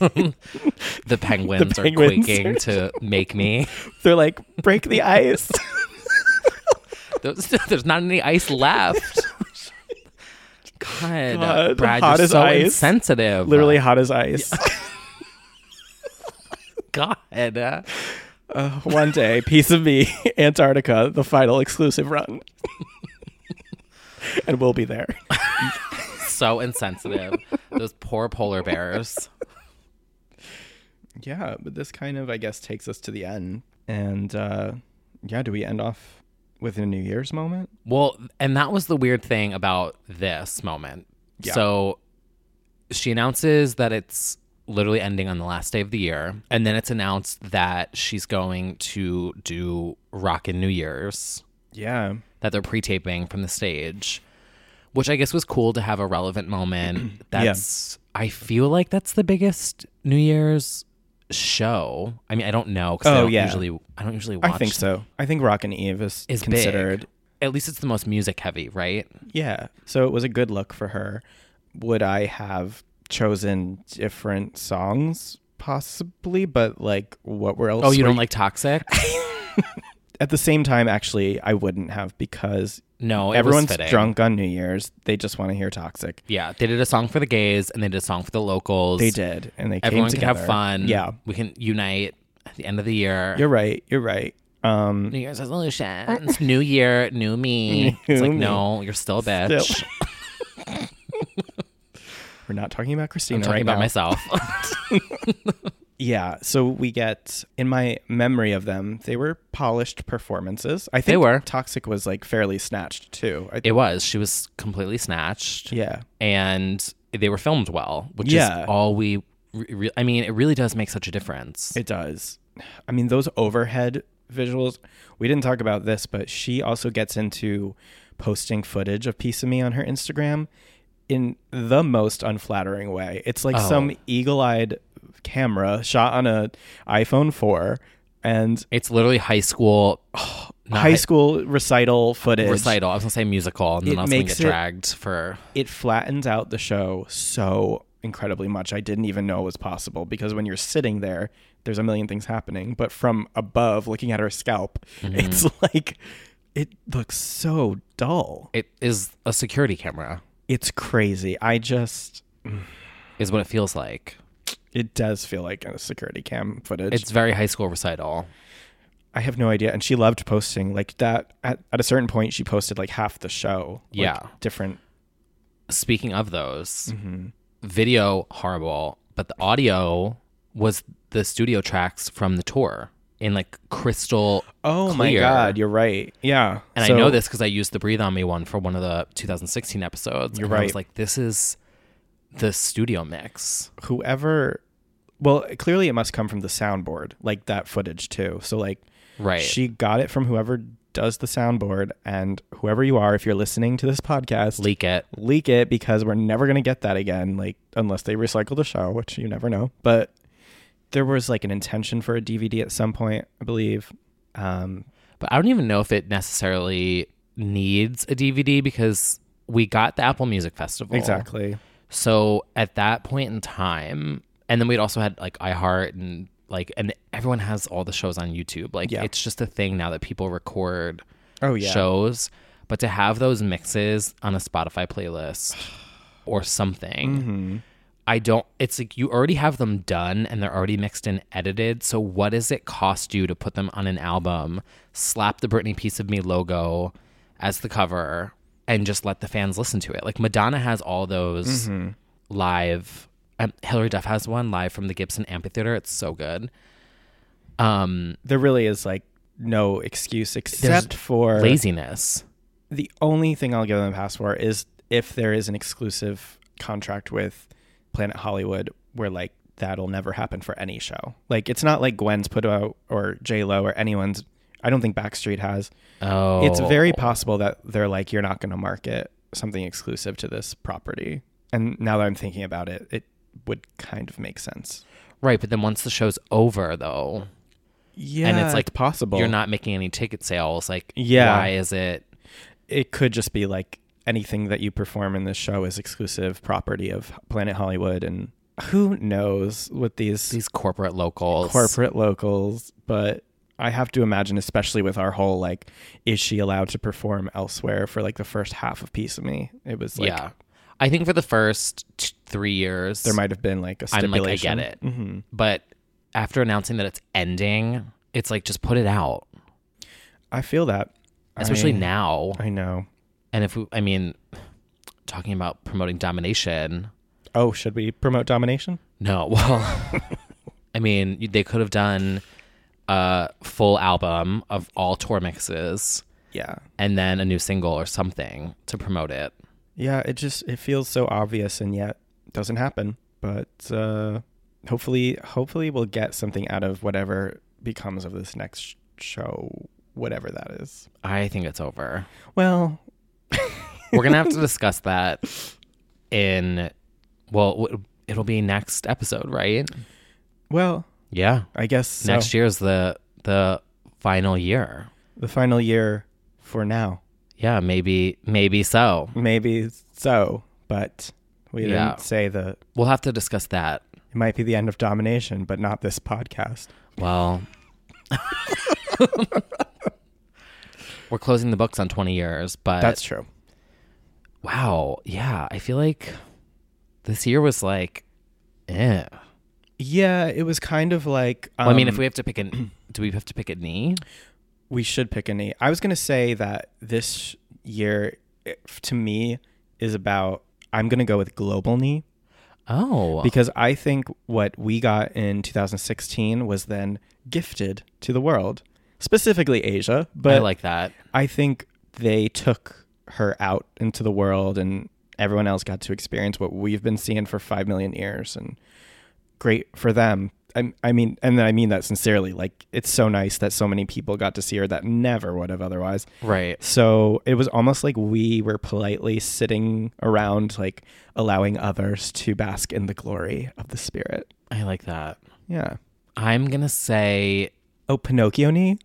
the penguins, are
penguins.
quaking to make me.
They're like, break the ice.
There's, there's not any ice left. God,
God,
Brad,
hot
you're
as
so
ice.
insensitive.
Literally hot as ice.
God.
Uh, one day, piece of me, Antarctica, the final exclusive run. and we'll be there.
So insensitive. Those poor polar bears.
Yeah, but this kind of, I guess, takes us to the end. And uh, yeah, do we end off with a New Year's moment?
Well, and that was the weird thing about this moment.
Yeah.
So she announces that it's literally ending on the last day of the year. And then it's announced that she's going to do Rockin' New Year's.
Yeah.
That they're pre taping from the stage, which I guess was cool to have a relevant moment. That's, I feel like that's the biggest New Year's show. I mean, I don't know because I don't usually, I don't usually watch
Oh, I think so. I think Rockin' Eve is,
is big.
considered.
At least it's the most music heavy, right?
Yeah. So it was a good look for her. Would I have chosen different songs? Possibly, but like, what were else?
Oh, you
were
don't like Toxic?
At the same time, actually, I wouldn't have because
No, it was
everyone's
fitting.
drunk on New Year's. They just want to hear Toxic.
Yeah, they did a song for the gays and they did a song for the locals.
They did, and they came
everyone can have
together.
fun.
Yeah.
we can unite at the end of the year.
You're right. You're right. Um,
New Year's resolutions, new year, new me.
New
it's like
me.
no, you're still a bitch.
Still. We're not talking about Christina
I'm talking
right
about
now.
myself.
Yeah, so we get in my memory of them, they were polished performances. I think
They were.
Toxic was like fairly snatched too. I,
it was. She was completely snatched.
Yeah.
and they were filmed well, which
Yeah.
is all we. Re- re- I mean, it really does make such a difference.
It does. I mean, those overhead visuals. We didn't talk about this, but she also gets into posting footage of Piece of Me on her Instagram in the most unflattering way. It's like
Oh.
some eagle-eyed camera shot on a iPhone 4 and
It's literally high school, not
high school recital footage.
recital. I was gonna say musical, and then
It
I was gonna
makes
get
it-
dragged for
it flattens out the show so incredibly much. I didn't even know it was possible because when you're sitting there, there's a million things happening. But from above, looking at her scalp, it's like it looks so dull.
It is a security camera,
It's crazy. I just
is what it feels like.
it does feel like a security cam footage.
It's very high school recital.
I have no idea. And she loved posting like that. At, at a certain point, she posted like half the show. like,
Yeah.
different.
Speaking of those,
Mm-hmm.
video horrible, but the audio was the studio tracks from the tour in like crystal.
Oh my
clear.
god, you're right. Yeah,
And
So-
I know this because I used the Breathe on Me one for one of the 2016 episodes.
You're
and I was
right.
like, this is the studio mix.
whoever well clearly it must come from the soundboard like that footage too so like
Right.
she got it from whoever does the soundboard and whoever you are if you're listening to this podcast
Leak it.
leak it because we're never going to get that again like unless they recycle the show which you never know but there was like an intention for a dvd at some point i believe um
but I don't even know if it necessarily needs a DVD because we got the Apple Music Festival.
Exactly.
So at that point in time, and then we'd also had like iHeart and like, and everyone has all the shows on YouTube. Like,
Yeah.
it's just a thing now that people record
Oh, yeah.
shows. But to have those mixes on a Spotify playlist or something,
Mm-hmm.
I don't, it's like you already have them done and they're already mixed and edited. So, what does it cost you to put them on an album, slap the Britney Piece of Me logo as the cover, and just let the fans listen to it? Like, Madonna has all those
Mhm.
live. Um, Hillary Duff has one live from the Gibson Amphitheater. It's so good. Um,
there really is like no excuse except for
laziness.
the only thing I'll give them a pass for is if there is an exclusive contract with Planet Hollywood where like that'll never happen for any show. Like it's not like Gwen's put out or J Lo or anyone's I don't think Backstreet has.
Oh.
It's very possible that they're like, you're not gonna market something exclusive to this property. And now that I'm thinking about it, it would kind of make sense.
Right, but then once the show's over, though, and
Yeah,
it's like
it's possible.
you're not making any ticket sales. Like,
Yeah.
why is it?
It could just be like anything that you perform in this show is exclusive property of Planet Hollywood and who knows with these
these corporate locals.
Corporate locals, but I have to imagine especially with our whole like is she allowed to perform elsewhere for like the first half of piece of me? It was like
yeah, I think for the first t- three years,
There might have been, like, a
I'm like, I
stipulation.
get it,
Mhm.
but after announcing that it's ending, it's like just put it out,
I feel that.
especially
I-
now.
I know.
And if we, I mean, talking about promoting domination,
Oh, should we promote domination?
No. Well, I mean, you- they could have done a full album of all tour mixes.
Yeah.
And then a new single or something to promote it.
Yeah, it just it feels so obvious and yet doesn't happen. But uh hopefully hopefully we'll get something out of whatever becomes of this next sh- show, whatever that is.
I think it's over.
Well,
We're going to have to discuss that in, well, w- it'll be next episode, right?
Well,
Yeah.
I guess so.
next year is the, the final year.
the final year for now.
Yeah. Maybe, maybe so.
Maybe so, but we
Yeah.
didn't say the
We'll have to discuss that.
it might be the end of domination, but not this podcast.
Well, we're closing the books on 20 years, but
That's true.
Wow. Yeah. I feel like this year was like, eh.
Yeah, it was kind of like
Well, I mean, if
um,
we have to pick an, do we have to pick a knee?
we should pick a knee. I was gonna say that this year, if- to me, is about. I'm gonna go with global knee
Oh.
because I think what we got in 2016 was then gifted to the world, specifically Asia. But
I like that.
I think they took her out into the world and everyone else got to experience what we've been seeing for 5 million years and great for them. I, I mean, and I mean that sincerely. Like, it's so nice that so many people got to see her that never would have otherwise.
Right.
So it was almost like we were politely sitting around, like allowing others to bask in the glory of the spirit.
I like that.
Yeah.
I'm going to say,
Oh, Pinocchio knee?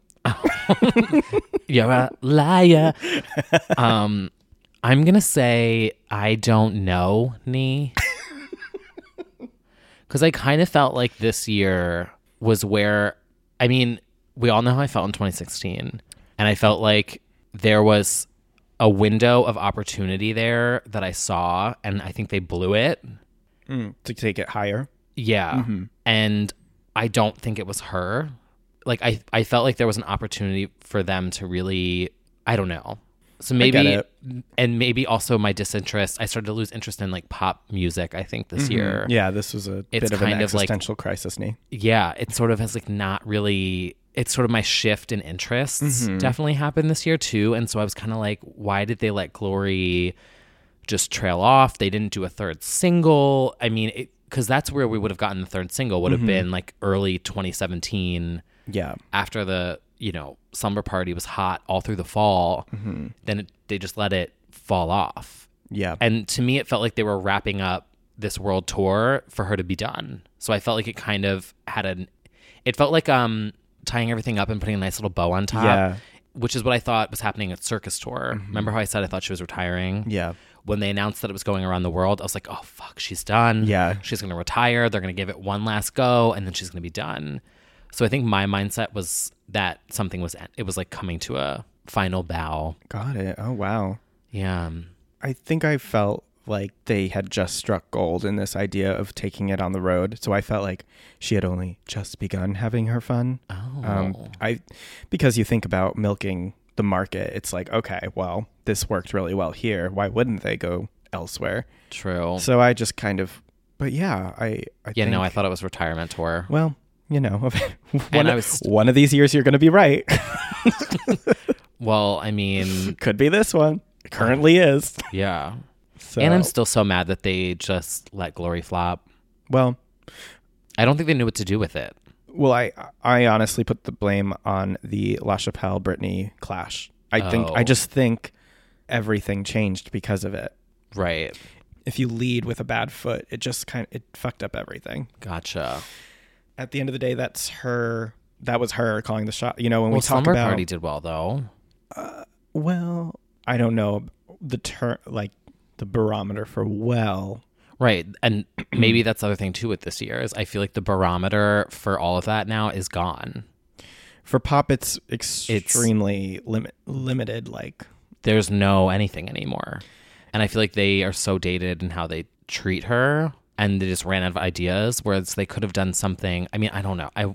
you're a liar. um, I'm going to say, I don't know, knee. Because I kind of felt like this year was where, I mean, we all know how I felt in 2016. And I felt like there was a window of opportunity there that I saw, and I think they blew it.
Mm, to take it higher.
Yeah.
Mhm.
And I don't think it was her. Like I I felt like there was an opportunity for them to really I don't know. So maybe
get
and maybe also my disinterest. I started to lose interest in like pop music, I think this
Mhm.
year.
Yeah, this was a
It's
bit of
kind
an
of like-
existential crisis knee.
Yeah, it sort of has like not really it's sort of my shift in interests
Mhm.
definitely happened this year too. And so I was kind of like, why did they let Glory just trail off? They didn't do a third single. I mean, because that's where we would have gotten the third single, would have
Mhm.
been like early 2017
Yeah.
after the, you know, summer party was hot all through the fall. Then it, they just let it fall off.
Yeah.
And to me, it felt like they were wrapping up this world tour for her to be done. So I felt like it kind of had an, it felt like um tying everything up and putting a nice little bow on top,
Yeah. Mm-hmm.
which is what I thought was happening at Circus Tour. Remember how I said I thought she was retiring?
Yeah.
When they announced that it was going around the world, I was like, oh, fuck, she's done.
Yeah.
She's going to retire. They're going to give it one last go and then she's going to be done. So I think my mindset was that something was, it was like coming to a final bow.
Got it. Oh wow.
Yeah.
I think I felt like they had just struck gold in this idea of taking it on the road. So I felt like she had only just begun having her fun. Um,
Oh.
I because you think about milking the market, it's like, okay, well, this worked really well here. Why wouldn't they go elsewhere?
True.
So I just kind of but yeah, I, I
Yeah, no, I
think-
thought it was retirement tour.
well, you know, one,
And I
of-
was-
one of these years you're going to be right.
Well, I mean,
Could be this one. Currently is.
yeah.
So,
And I'm still so mad that they just let Glory flop.
well,
I don't think they knew what to do with it.
Well, I I honestly put the blame on the La Chapelle Britney clash. I think
Oh.
I just think everything changed because of it.
Right.
if you lead with a bad foot, it just kind of it fucked up everything.
Gotcha.
At the end of the day, that's her. That was her calling the shot. You know, when
well,
we talk
Slumber
about
Party did well though.
well, I don't know the term like the barometer for well.
Right. And maybe that's the other thing too with this year is I feel like the barometer for all of that now is gone.
For pop, it's extremely limit limited. Like
There's no anything anymore. And I feel like they are so dated in how they treat her and they just ran out of ideas. Whereas they could have done something I mean, I don't know. I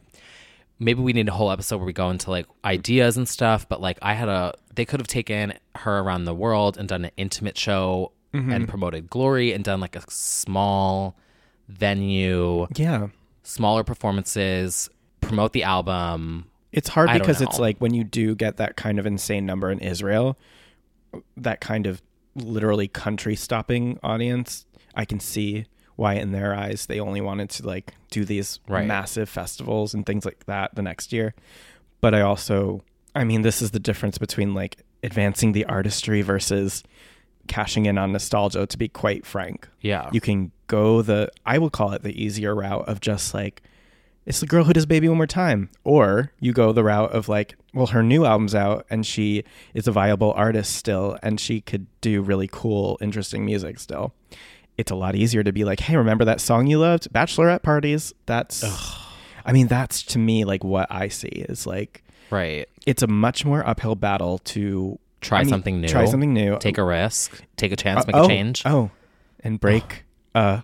maybe we need a whole episode where we go into like ideas and stuff, but like I had a they could have taken her around the world and done an intimate show
Mhm.
and promoted glory and done like a small venue.
Yeah.
Smaller performances, promote the album.
It's hard
I don't
because it's
know.
like when you do get that kind of insane number in Israel, that kind of literally country stopping audience, I can see why in their eyes they only wanted to like do these
Right.
massive festivals and things like that the next year. But I also, I mean, this is the difference between like advancing the artistry versus cashing in on nostalgia, to be quite frank.
Yeah.
You can go the, I will call it the easier route of just like, it's the girl who does Baby One More Time. Or you go the route of like, well, her new album's out and she is a viable artist still and she could do really cool, interesting music still. It's a lot easier to be like, hey, remember that song you loved? Bachelorette parties. That's, I mean, that's to me like what I see is like,
Right.
it's a much more uphill battle to
Try
I mean,
something new.
Try something new.
Take a risk. Take a
Uh,
chance. make a
oh,
change.
Oh, and break a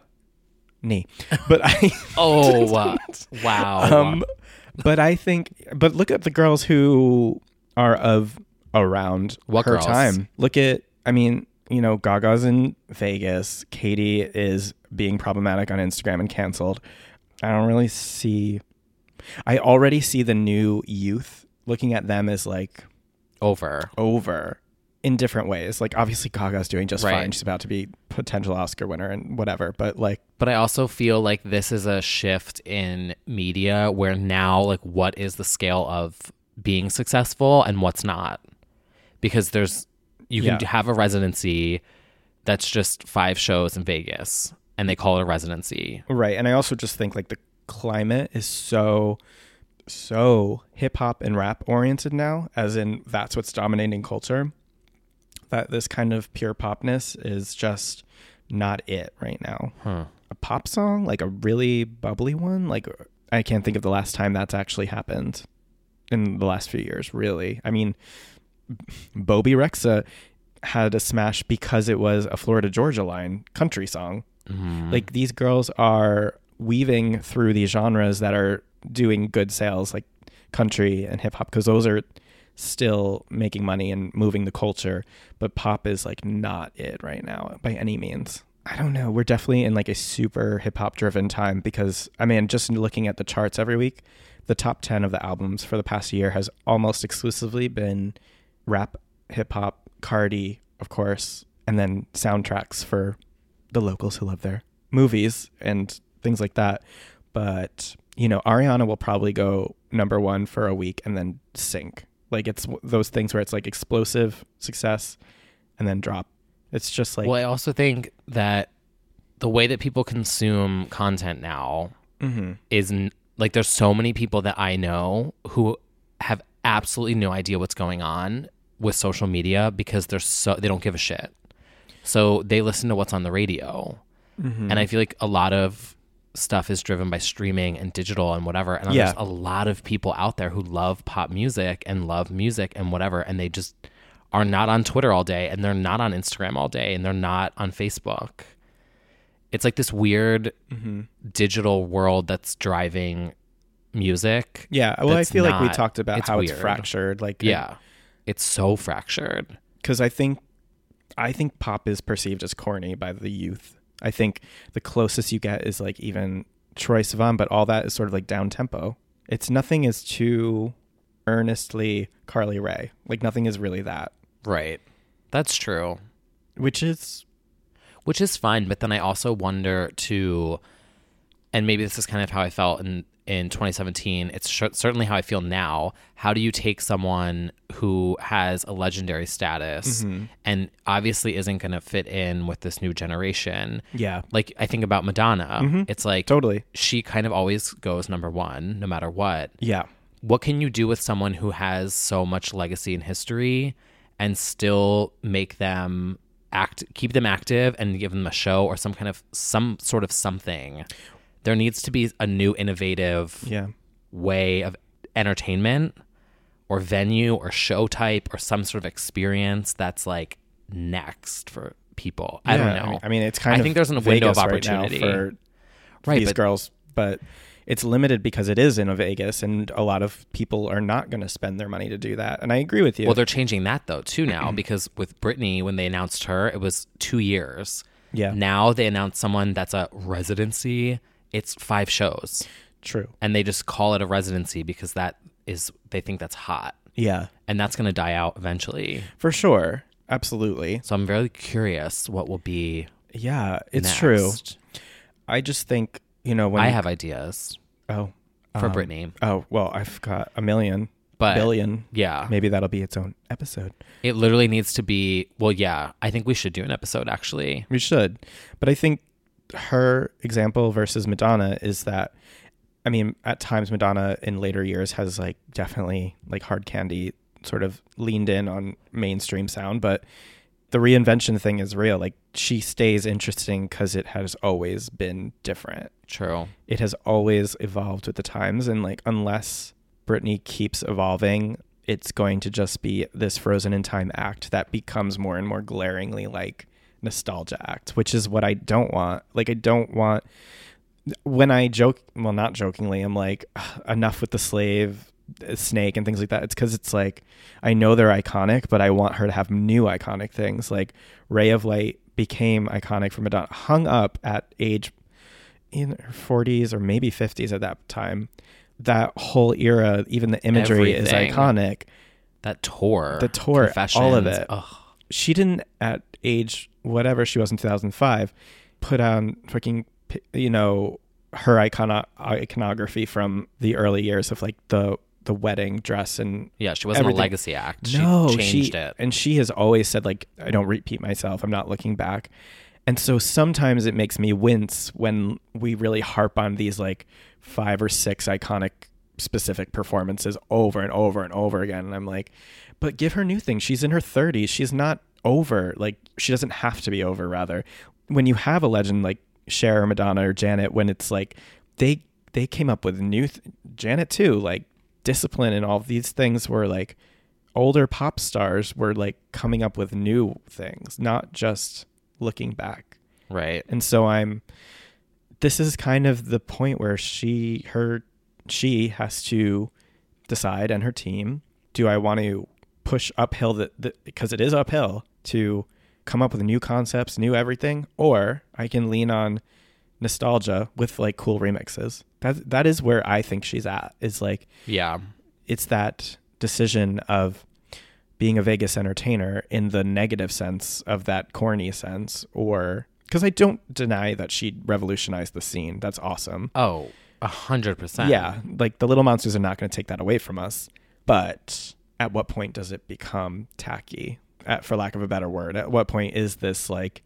knee. But I.
Oh, wow. Wow.
Um, but I think. But look at the girls who are of around
What
her
girls?
time. Look at. I mean, you know, Gaga's in Vegas. Katie is being problematic on Instagram and canceled. I don't really see. I already see the new youth looking at them as like
over
over in different ways. Like obviously Gaga's doing just
Right.
fine. She's about to be potential Oscar winner and whatever. But like
But I also feel like this is a shift in media where now, like, what is the scale of being successful and what's not? Because there's, you can
Yeah.
have a residency that's just five shows in Vegas and they call it a residency.
right. And I also just think like the climate is so so hip hop and rap oriented now, as in that's what's dominating culture. That this kind of pure popness is just not it right now. A pop song, like a really bubbly one, like I can't think of the last time that's actually happened in the last few years, really. I mean, Bobby Rexa had a smash because it was a Florida Georgia line country song.
Mhm.
Like these girls are weaving through these genres that are doing good sales, like country and hip hop, because those are still making money and moving the culture. But pop is like not it right now by any means. I don't know. We're definitely in like a super hip hop driven time because I mean, just looking at the charts every week, the top 10 of the albums for the past year has almost exclusively been rap, hip hop, Cardi, of course, and then soundtracks for the locals who love their movies and things like that. But, you know, Ariana will probably go number one for a week and then sink. Like, it's w- those things where it's like explosive success and then drop. It's just like,
well, I also think that the way that people consume content now
Mhm.
is n- like there's so many people that I know who have absolutely no idea what's going on with social media because they're so they don't give a shit. So they listen to what's on the radio.
Mhm.
And I feel like a lot of stuff is driven by streaming and digital and whatever. And
Yeah.
there's a lot of people out there who love pop music and love music and whatever. And they just are not on Twitter all day and they're not on Instagram all day and they're not on Facebook. It's like this weird
Mhm.
digital world that's driving music.
yeah. Well, I
that's
feel like we
not-
talked about how it's
weird.
fractured. Like,
Yeah. It's so fractured.
because I think I think pop is perceived as corny by the youth. I think the closest you get is like even Troy Sivan, but all that is sort of like down tempo. It's nothing is too earnestly Carly Ray. Like nothing is really that.
Right. That's true.
Which is
which is fine but then i also wonder too and maybe this is kind of how i felt in in 2017. It's sh- certainly how I feel now. How do you take someone who has a legendary status
Mhm.
and obviously isn't going to fit in with this new generation?
Yeah.
Like I think about Madonna.
Mhm.
It's like
Totally.
she kind of always goes number one, no matter what.
Yeah.
What can you do with someone who has so much legacy and history and still make them act keep them active and give them a show or some kind of some sort of something? There needs to be a new innovative
Yeah.
way of entertainment or venue or show type or some sort of experience that's like next for people.
Yeah,
I don't know.
I mean, it's kind
I
of
think there's a window
Vegas
of opportunity.
right now for
Right,
these
but-
girls, but it's limited because it is in a Vegas, and a lot of people are not going to spend their money to do that. And I agree with you.
Well, they're changing that though too now because with Britney, when they announced her, it was two years.
Yeah.
Now they announce someone that's a residency. It's five shows.
True.
And they just call it a residency because that is they think that's hot.
Yeah.
And that's going to die out eventually.
for sure, absolutely.
So I'm very curious what will be.
Yeah, it's true.
next.
I just think you know when
I have ideas.
Oh,
for Britney.
Oh well, I've got a million,
But,
billion.
yeah.
maybe that'll be its own episode.
It literally needs to be. Well, yeah. I think we should do an episode actually.
We should. But I think her example versus Madonna is that I mean, at times Madonna in later years has like definitely like hard candy sort of leaned in on mainstream sound, but the reinvention thing is real. Like she stays interesting cuz it has always been different.
True.
It has always evolved with the times and like unless Britney keeps evolving, it's going to just be this frozen in time act that becomes more and more glaringly like nostalgia act, which is what I don't want. Like I don't want when I joke, well, not jokingly, I'm like, "Ugh, enough with the slave uh, snake and things like that. It's because it's like, I know they're iconic, but I want her to have new iconic things. Like Ray of Light became iconic for Madonna, hung up at age in her 40s or maybe 50s at that time. That whole era, even the imagery is
Everything.
iconic.
That tour,
The tour, all of
Confessions,
it.
ugh.
She didn't, at age whatever she was in 2005, put on fucking, pi- you know, her icono- iconography from the early years of like the the wedding dress and
Yeah, she wasn't a
everything.
legacy act. She
No,
changed
she-
it.
and she has always said like I don't repeat myself. I'm not looking back. And so sometimes it makes me wince when we really harp on these like five or six iconic specific performances over and over and over again and I'm like, but give her new things. She's in her 30s. She's not over. Like she doesn't have to be over rather. When you have a legend like Cher or Madonna or Janet when it's like they they came up with new th- Janet too, like discipline and all these things were like older pop stars were like coming up with new things, not just looking back.
Right.
And so I'm this is kind of the point where she her she has to decide and her team, do I want to push uphill that because it is uphill to come up with new concepts, new everything, or I can lean on nostalgia with like cool remixes. That that is where I think she's at. Is like
Yeah.
it's that decision of being a Vegas entertainer in the negative sense of that corny sense, or because I don't deny that she revolutionized the scene. That's awesome.
Oh, a hundred percent.
Yeah, like the Little Monsters are not going to take that away from us. But at what point does it become tacky? At, for lack of a better word, at what point is this like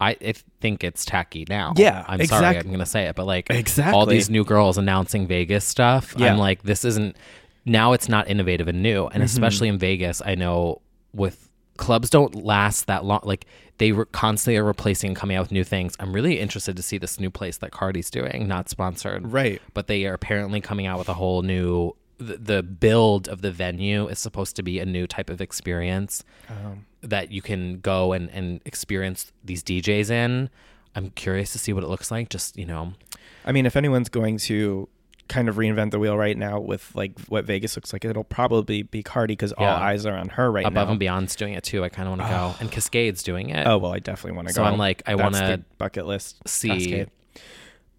I, I think it's tacky now.
Yeah,
I'm sorry,
exact-
I'm gonna say it, but like all
Exactly.
these new girls announcing Vegas stuff.
Yeah.
I'm like, this isn't. Now it's not innovative and new, and
Mhm.
especially in Vegas, I know with clubs don't last that long. Like they re- constantly are replacing, and coming out with new things. I'm really interested to see this new place that Cardi's doing, not sponsored,
Right.
But they are apparently coming out with a whole new. The, the build of the venue is supposed to be a new type of experience
um,
that you can go and, and experience these DJs in. I'm curious to see what it looks like. Just, you know,
I mean, if anyone's going to kind of reinvent the wheel right now with like what Vegas looks like, it'll probably be Cardi because
Yeah.
all eyes are on her right now.
Above and Beyond's doing it too. I kind of want to go. And Cascade's doing it.
Oh well, I definitely want to
So
go.
I'm like, I
That's
wanna
the bucket list.
see-
Cascade.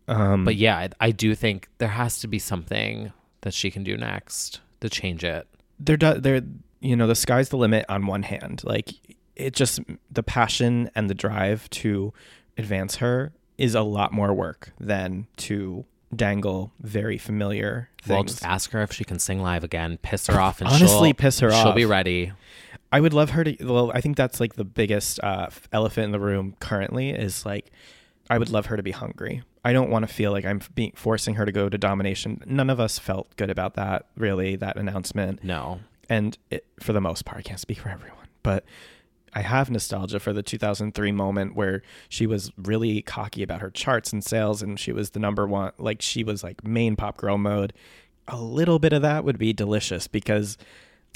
Um,
But yeah, I, I do think there has to be something that she can do next to change it.
they're do- they're you know the sky's the limit on one hand. Like it just the passion and the drive to advance her is a lot more work than to dangle very familiar things.
Well, just ask her if she can sing live again. Piss her off, and
honestly
she'll,
piss her off.
She'll be ready.
I would love her to. Well, I think that's like the biggest uh, elephant in the room currently is like, I would love her to be hungry. I don't want to feel like I'm being forcing her to go to domination. None of us felt good about that, really, that announcement.
No.
And it, for the most part, I can't speak for everyone, but I have nostalgia for the 2003 moment where she was really cocky about her charts and sales and she was the number one, like she was like main pop girl mode. A little bit of that would be delicious because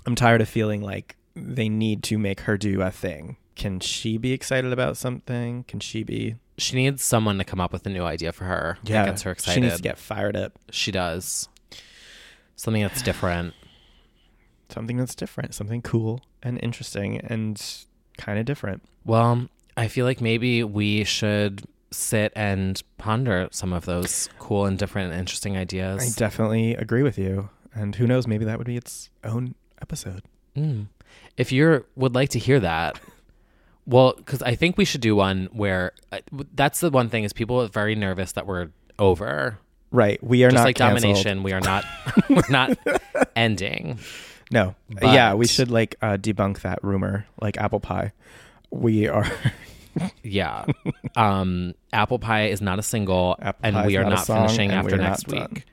I'm tired of feeling like they need to make her do a thing. Can she be excited about something? Can she be?
She needs someone to come up with a new idea for her. that gets her excited.
She needs to get fired up.
She does. Something that's different.
Something that's different, something cool and interesting and kind of different.
Well, I feel like maybe we should sit and ponder some of those cool and different and interesting
I
ideas.
definitely agree with you. And who knows, maybe that would be its own episode.
Mm. If you would like to hear that, well, because I think we should do one where I- w- that's the one thing is people are very nervous that we're over.
Right. We are
Just
not
like
canceled.
domination. We are not. we're not ending.
No. yeah, we should like uh, debunk that rumor, like apple pie. We are.
Yeah. um, Apple Pie is not a single, and
Pie
we
is
are
not a
not,
song,
finishing
and
after
we're
next
not
week.
done.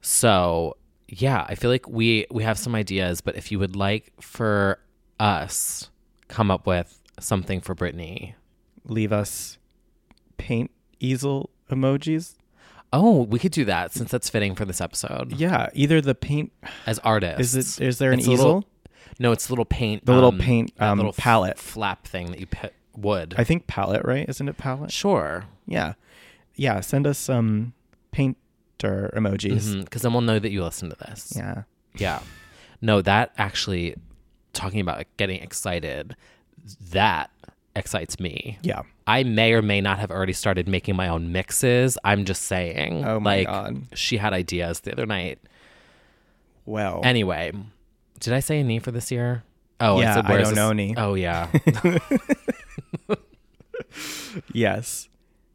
So yeah, I feel like we we have some ideas, but if you would like for us come up with something for Brittany,
leave us paint easel emojis.
Oh, we could do that since that's fitting for this episode.
Yeah, either the paint
as artists.
Is it- is there an
a little-
easel?
no, it's a little paint.
The little
um,
paint,
that
um,
little f-
palette.
flap thing that you put wood.
I think palette, right? Isn't it palette?
Sure.
Yeah. Yeah. Send us some painter emojis.
Because Mm, then we'll know that you listen to this.
Yeah.
Yeah. No, that actually, talking about getting excited, that excites me.
Yeah.
I may or may not have already started making my own mixes. I'm just saying.
Oh my
like,
God.
She had ideas the other night.
Well.
Anyway, did I say a knee for this year? Oh,
Yeah,
I said
I
where's
don't
this-
know knee.
Oh yeah.
Yes.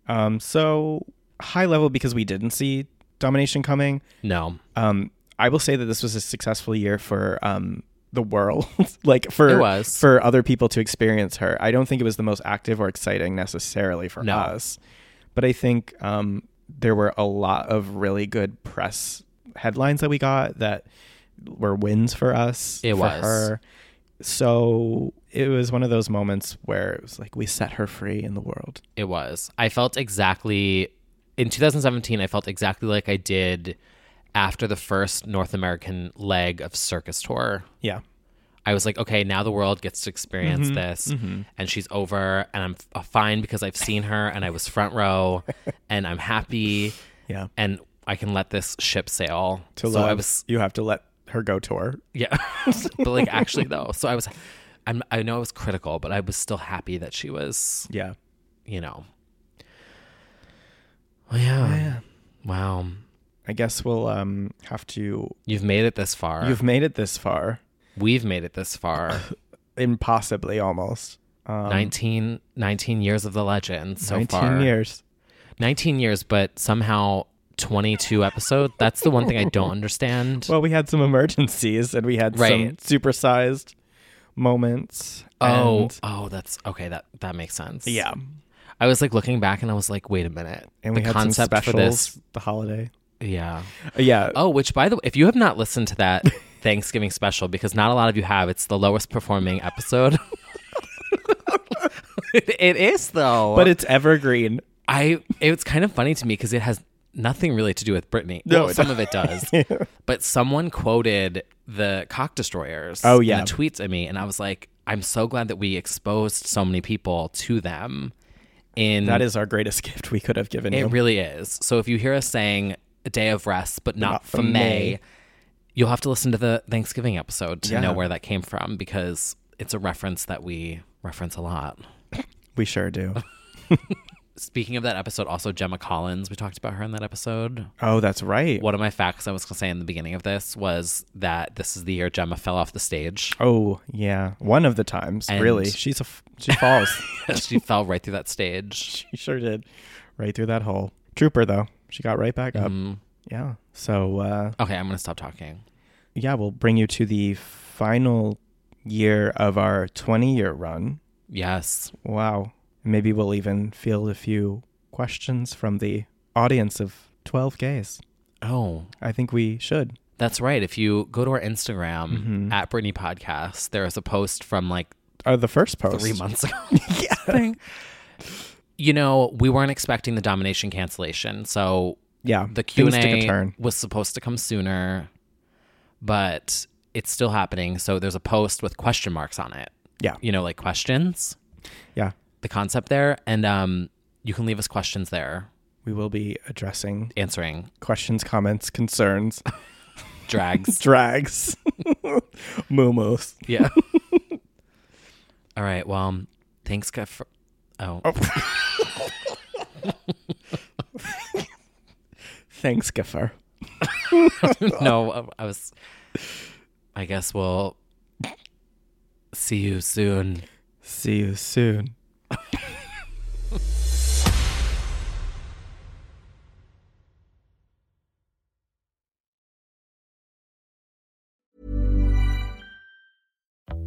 Um, so high level because we didn't see domination coming.
No.
Um, I will say that this was a successful year for um the world, like for
It was.
for other people to experience her. I don't think it was the most active or exciting necessarily for
No.
us, but I think um there were a lot of really good press headlines that we got that were wins for us.
It
for
was.
her. So it was one of those moments where it was like we set her free in the world.
It was. I felt exactly in 2017. I felt exactly like I did after the first North American leg of Circus Tour.
Yeah.
I was like, okay, now the world gets to experience
Mhm,
this,
mhm.
and she's over, and I'm f- uh, fine because I've seen her, and I was front row, and I'm happy,
Yeah.
and I can let this ship sail.
To
so
love,
I was,
you have to let her go tour.
yeah, but like actually though, so I was, I'm, I know I was critical, but I was still happy that she was,
Yeah.
you know. Well, yeah.
yeah.
Wow.
I guess we'll um have to.
You've made it this far.
You've made it this far,
We've made it this far.
impossibly almost. Um,
19, 19 years of the legend so
19
far.
years.
19 years, but somehow 22 episode. That's the one thing I don't understand.
Well, we had some emergencies and we had
Right.
some supersized moments.
oh,
and-
oh, that's okay. That that makes sense.
yeah.
I was like looking back and I was like, wait a minute.
And
the
we had
concept
some
for
specials.
this.
The holiday. Uh,
Yeah.
Yeah.
Oh, which by the way, if you have not listened to that Thanksgiving special, because not a lot of you have, it's the lowest performing episode. it, it is though.
But it's evergreen.
Mm. I it's kind of funny to me because it has nothing really to do with Britney.
No,
Well,
it
some of it does. But someone quoted the cock destroyers.
Oh,
in
yeah.
the tweets at me, and I was like, I'm so glad that we exposed so many people to them. In
That is our greatest gift we could have given you.
it really is. So if you hear us saying a day of rest, but not,
Not
for
for
May,
May.
you'll have to listen to the Thanksgiving episode to
Yeah.
know where that came from because it's a reference that we reference a lot.
we sure do.
Speaking of that episode, also Gemma Collins, we talked about her in that episode.
Oh, that's right.
One of my facts I was going to say in the beginning of this was that this is the year Gemma fell off the stage.
Oh, yeah. One of the times,
And-
really. She's a f- she falls.
she fell right through that stage.
she sure did. Right through that hole. Trooper though. She got right back up.
Mm-hmm.
Yeah. So uh,
Okay, I'm gonna stop talking.
yeah, we'll bring you to the final year of our 20 year run.
Yes.
Wow. Maybe we'll even field a few questions from the audience of 12 gays.
Oh.
I think we should.
That's right. If you go to our Instagram
Mhm.
at Brittany Podcast, there is a post from like
Or the first post.
three months ago. You know, we weren't expecting the domination cancellation, so
Yeah,
the Q
things
and
took a turn.
A was supposed to come sooner, but it's still happening. So there's a post with question marks on it.
Yeah.
you know, like questions.
Yeah.
the concept there, and um, you can leave us questions there,
We will be addressing
answering
questions, comments, concerns,
drags.
drags, momos.
yeah. All right. Well, thanks, guy. For- oh.
Thanks, Gaffer.
no, I- I was. I guess we'll see you soon.
See you soon.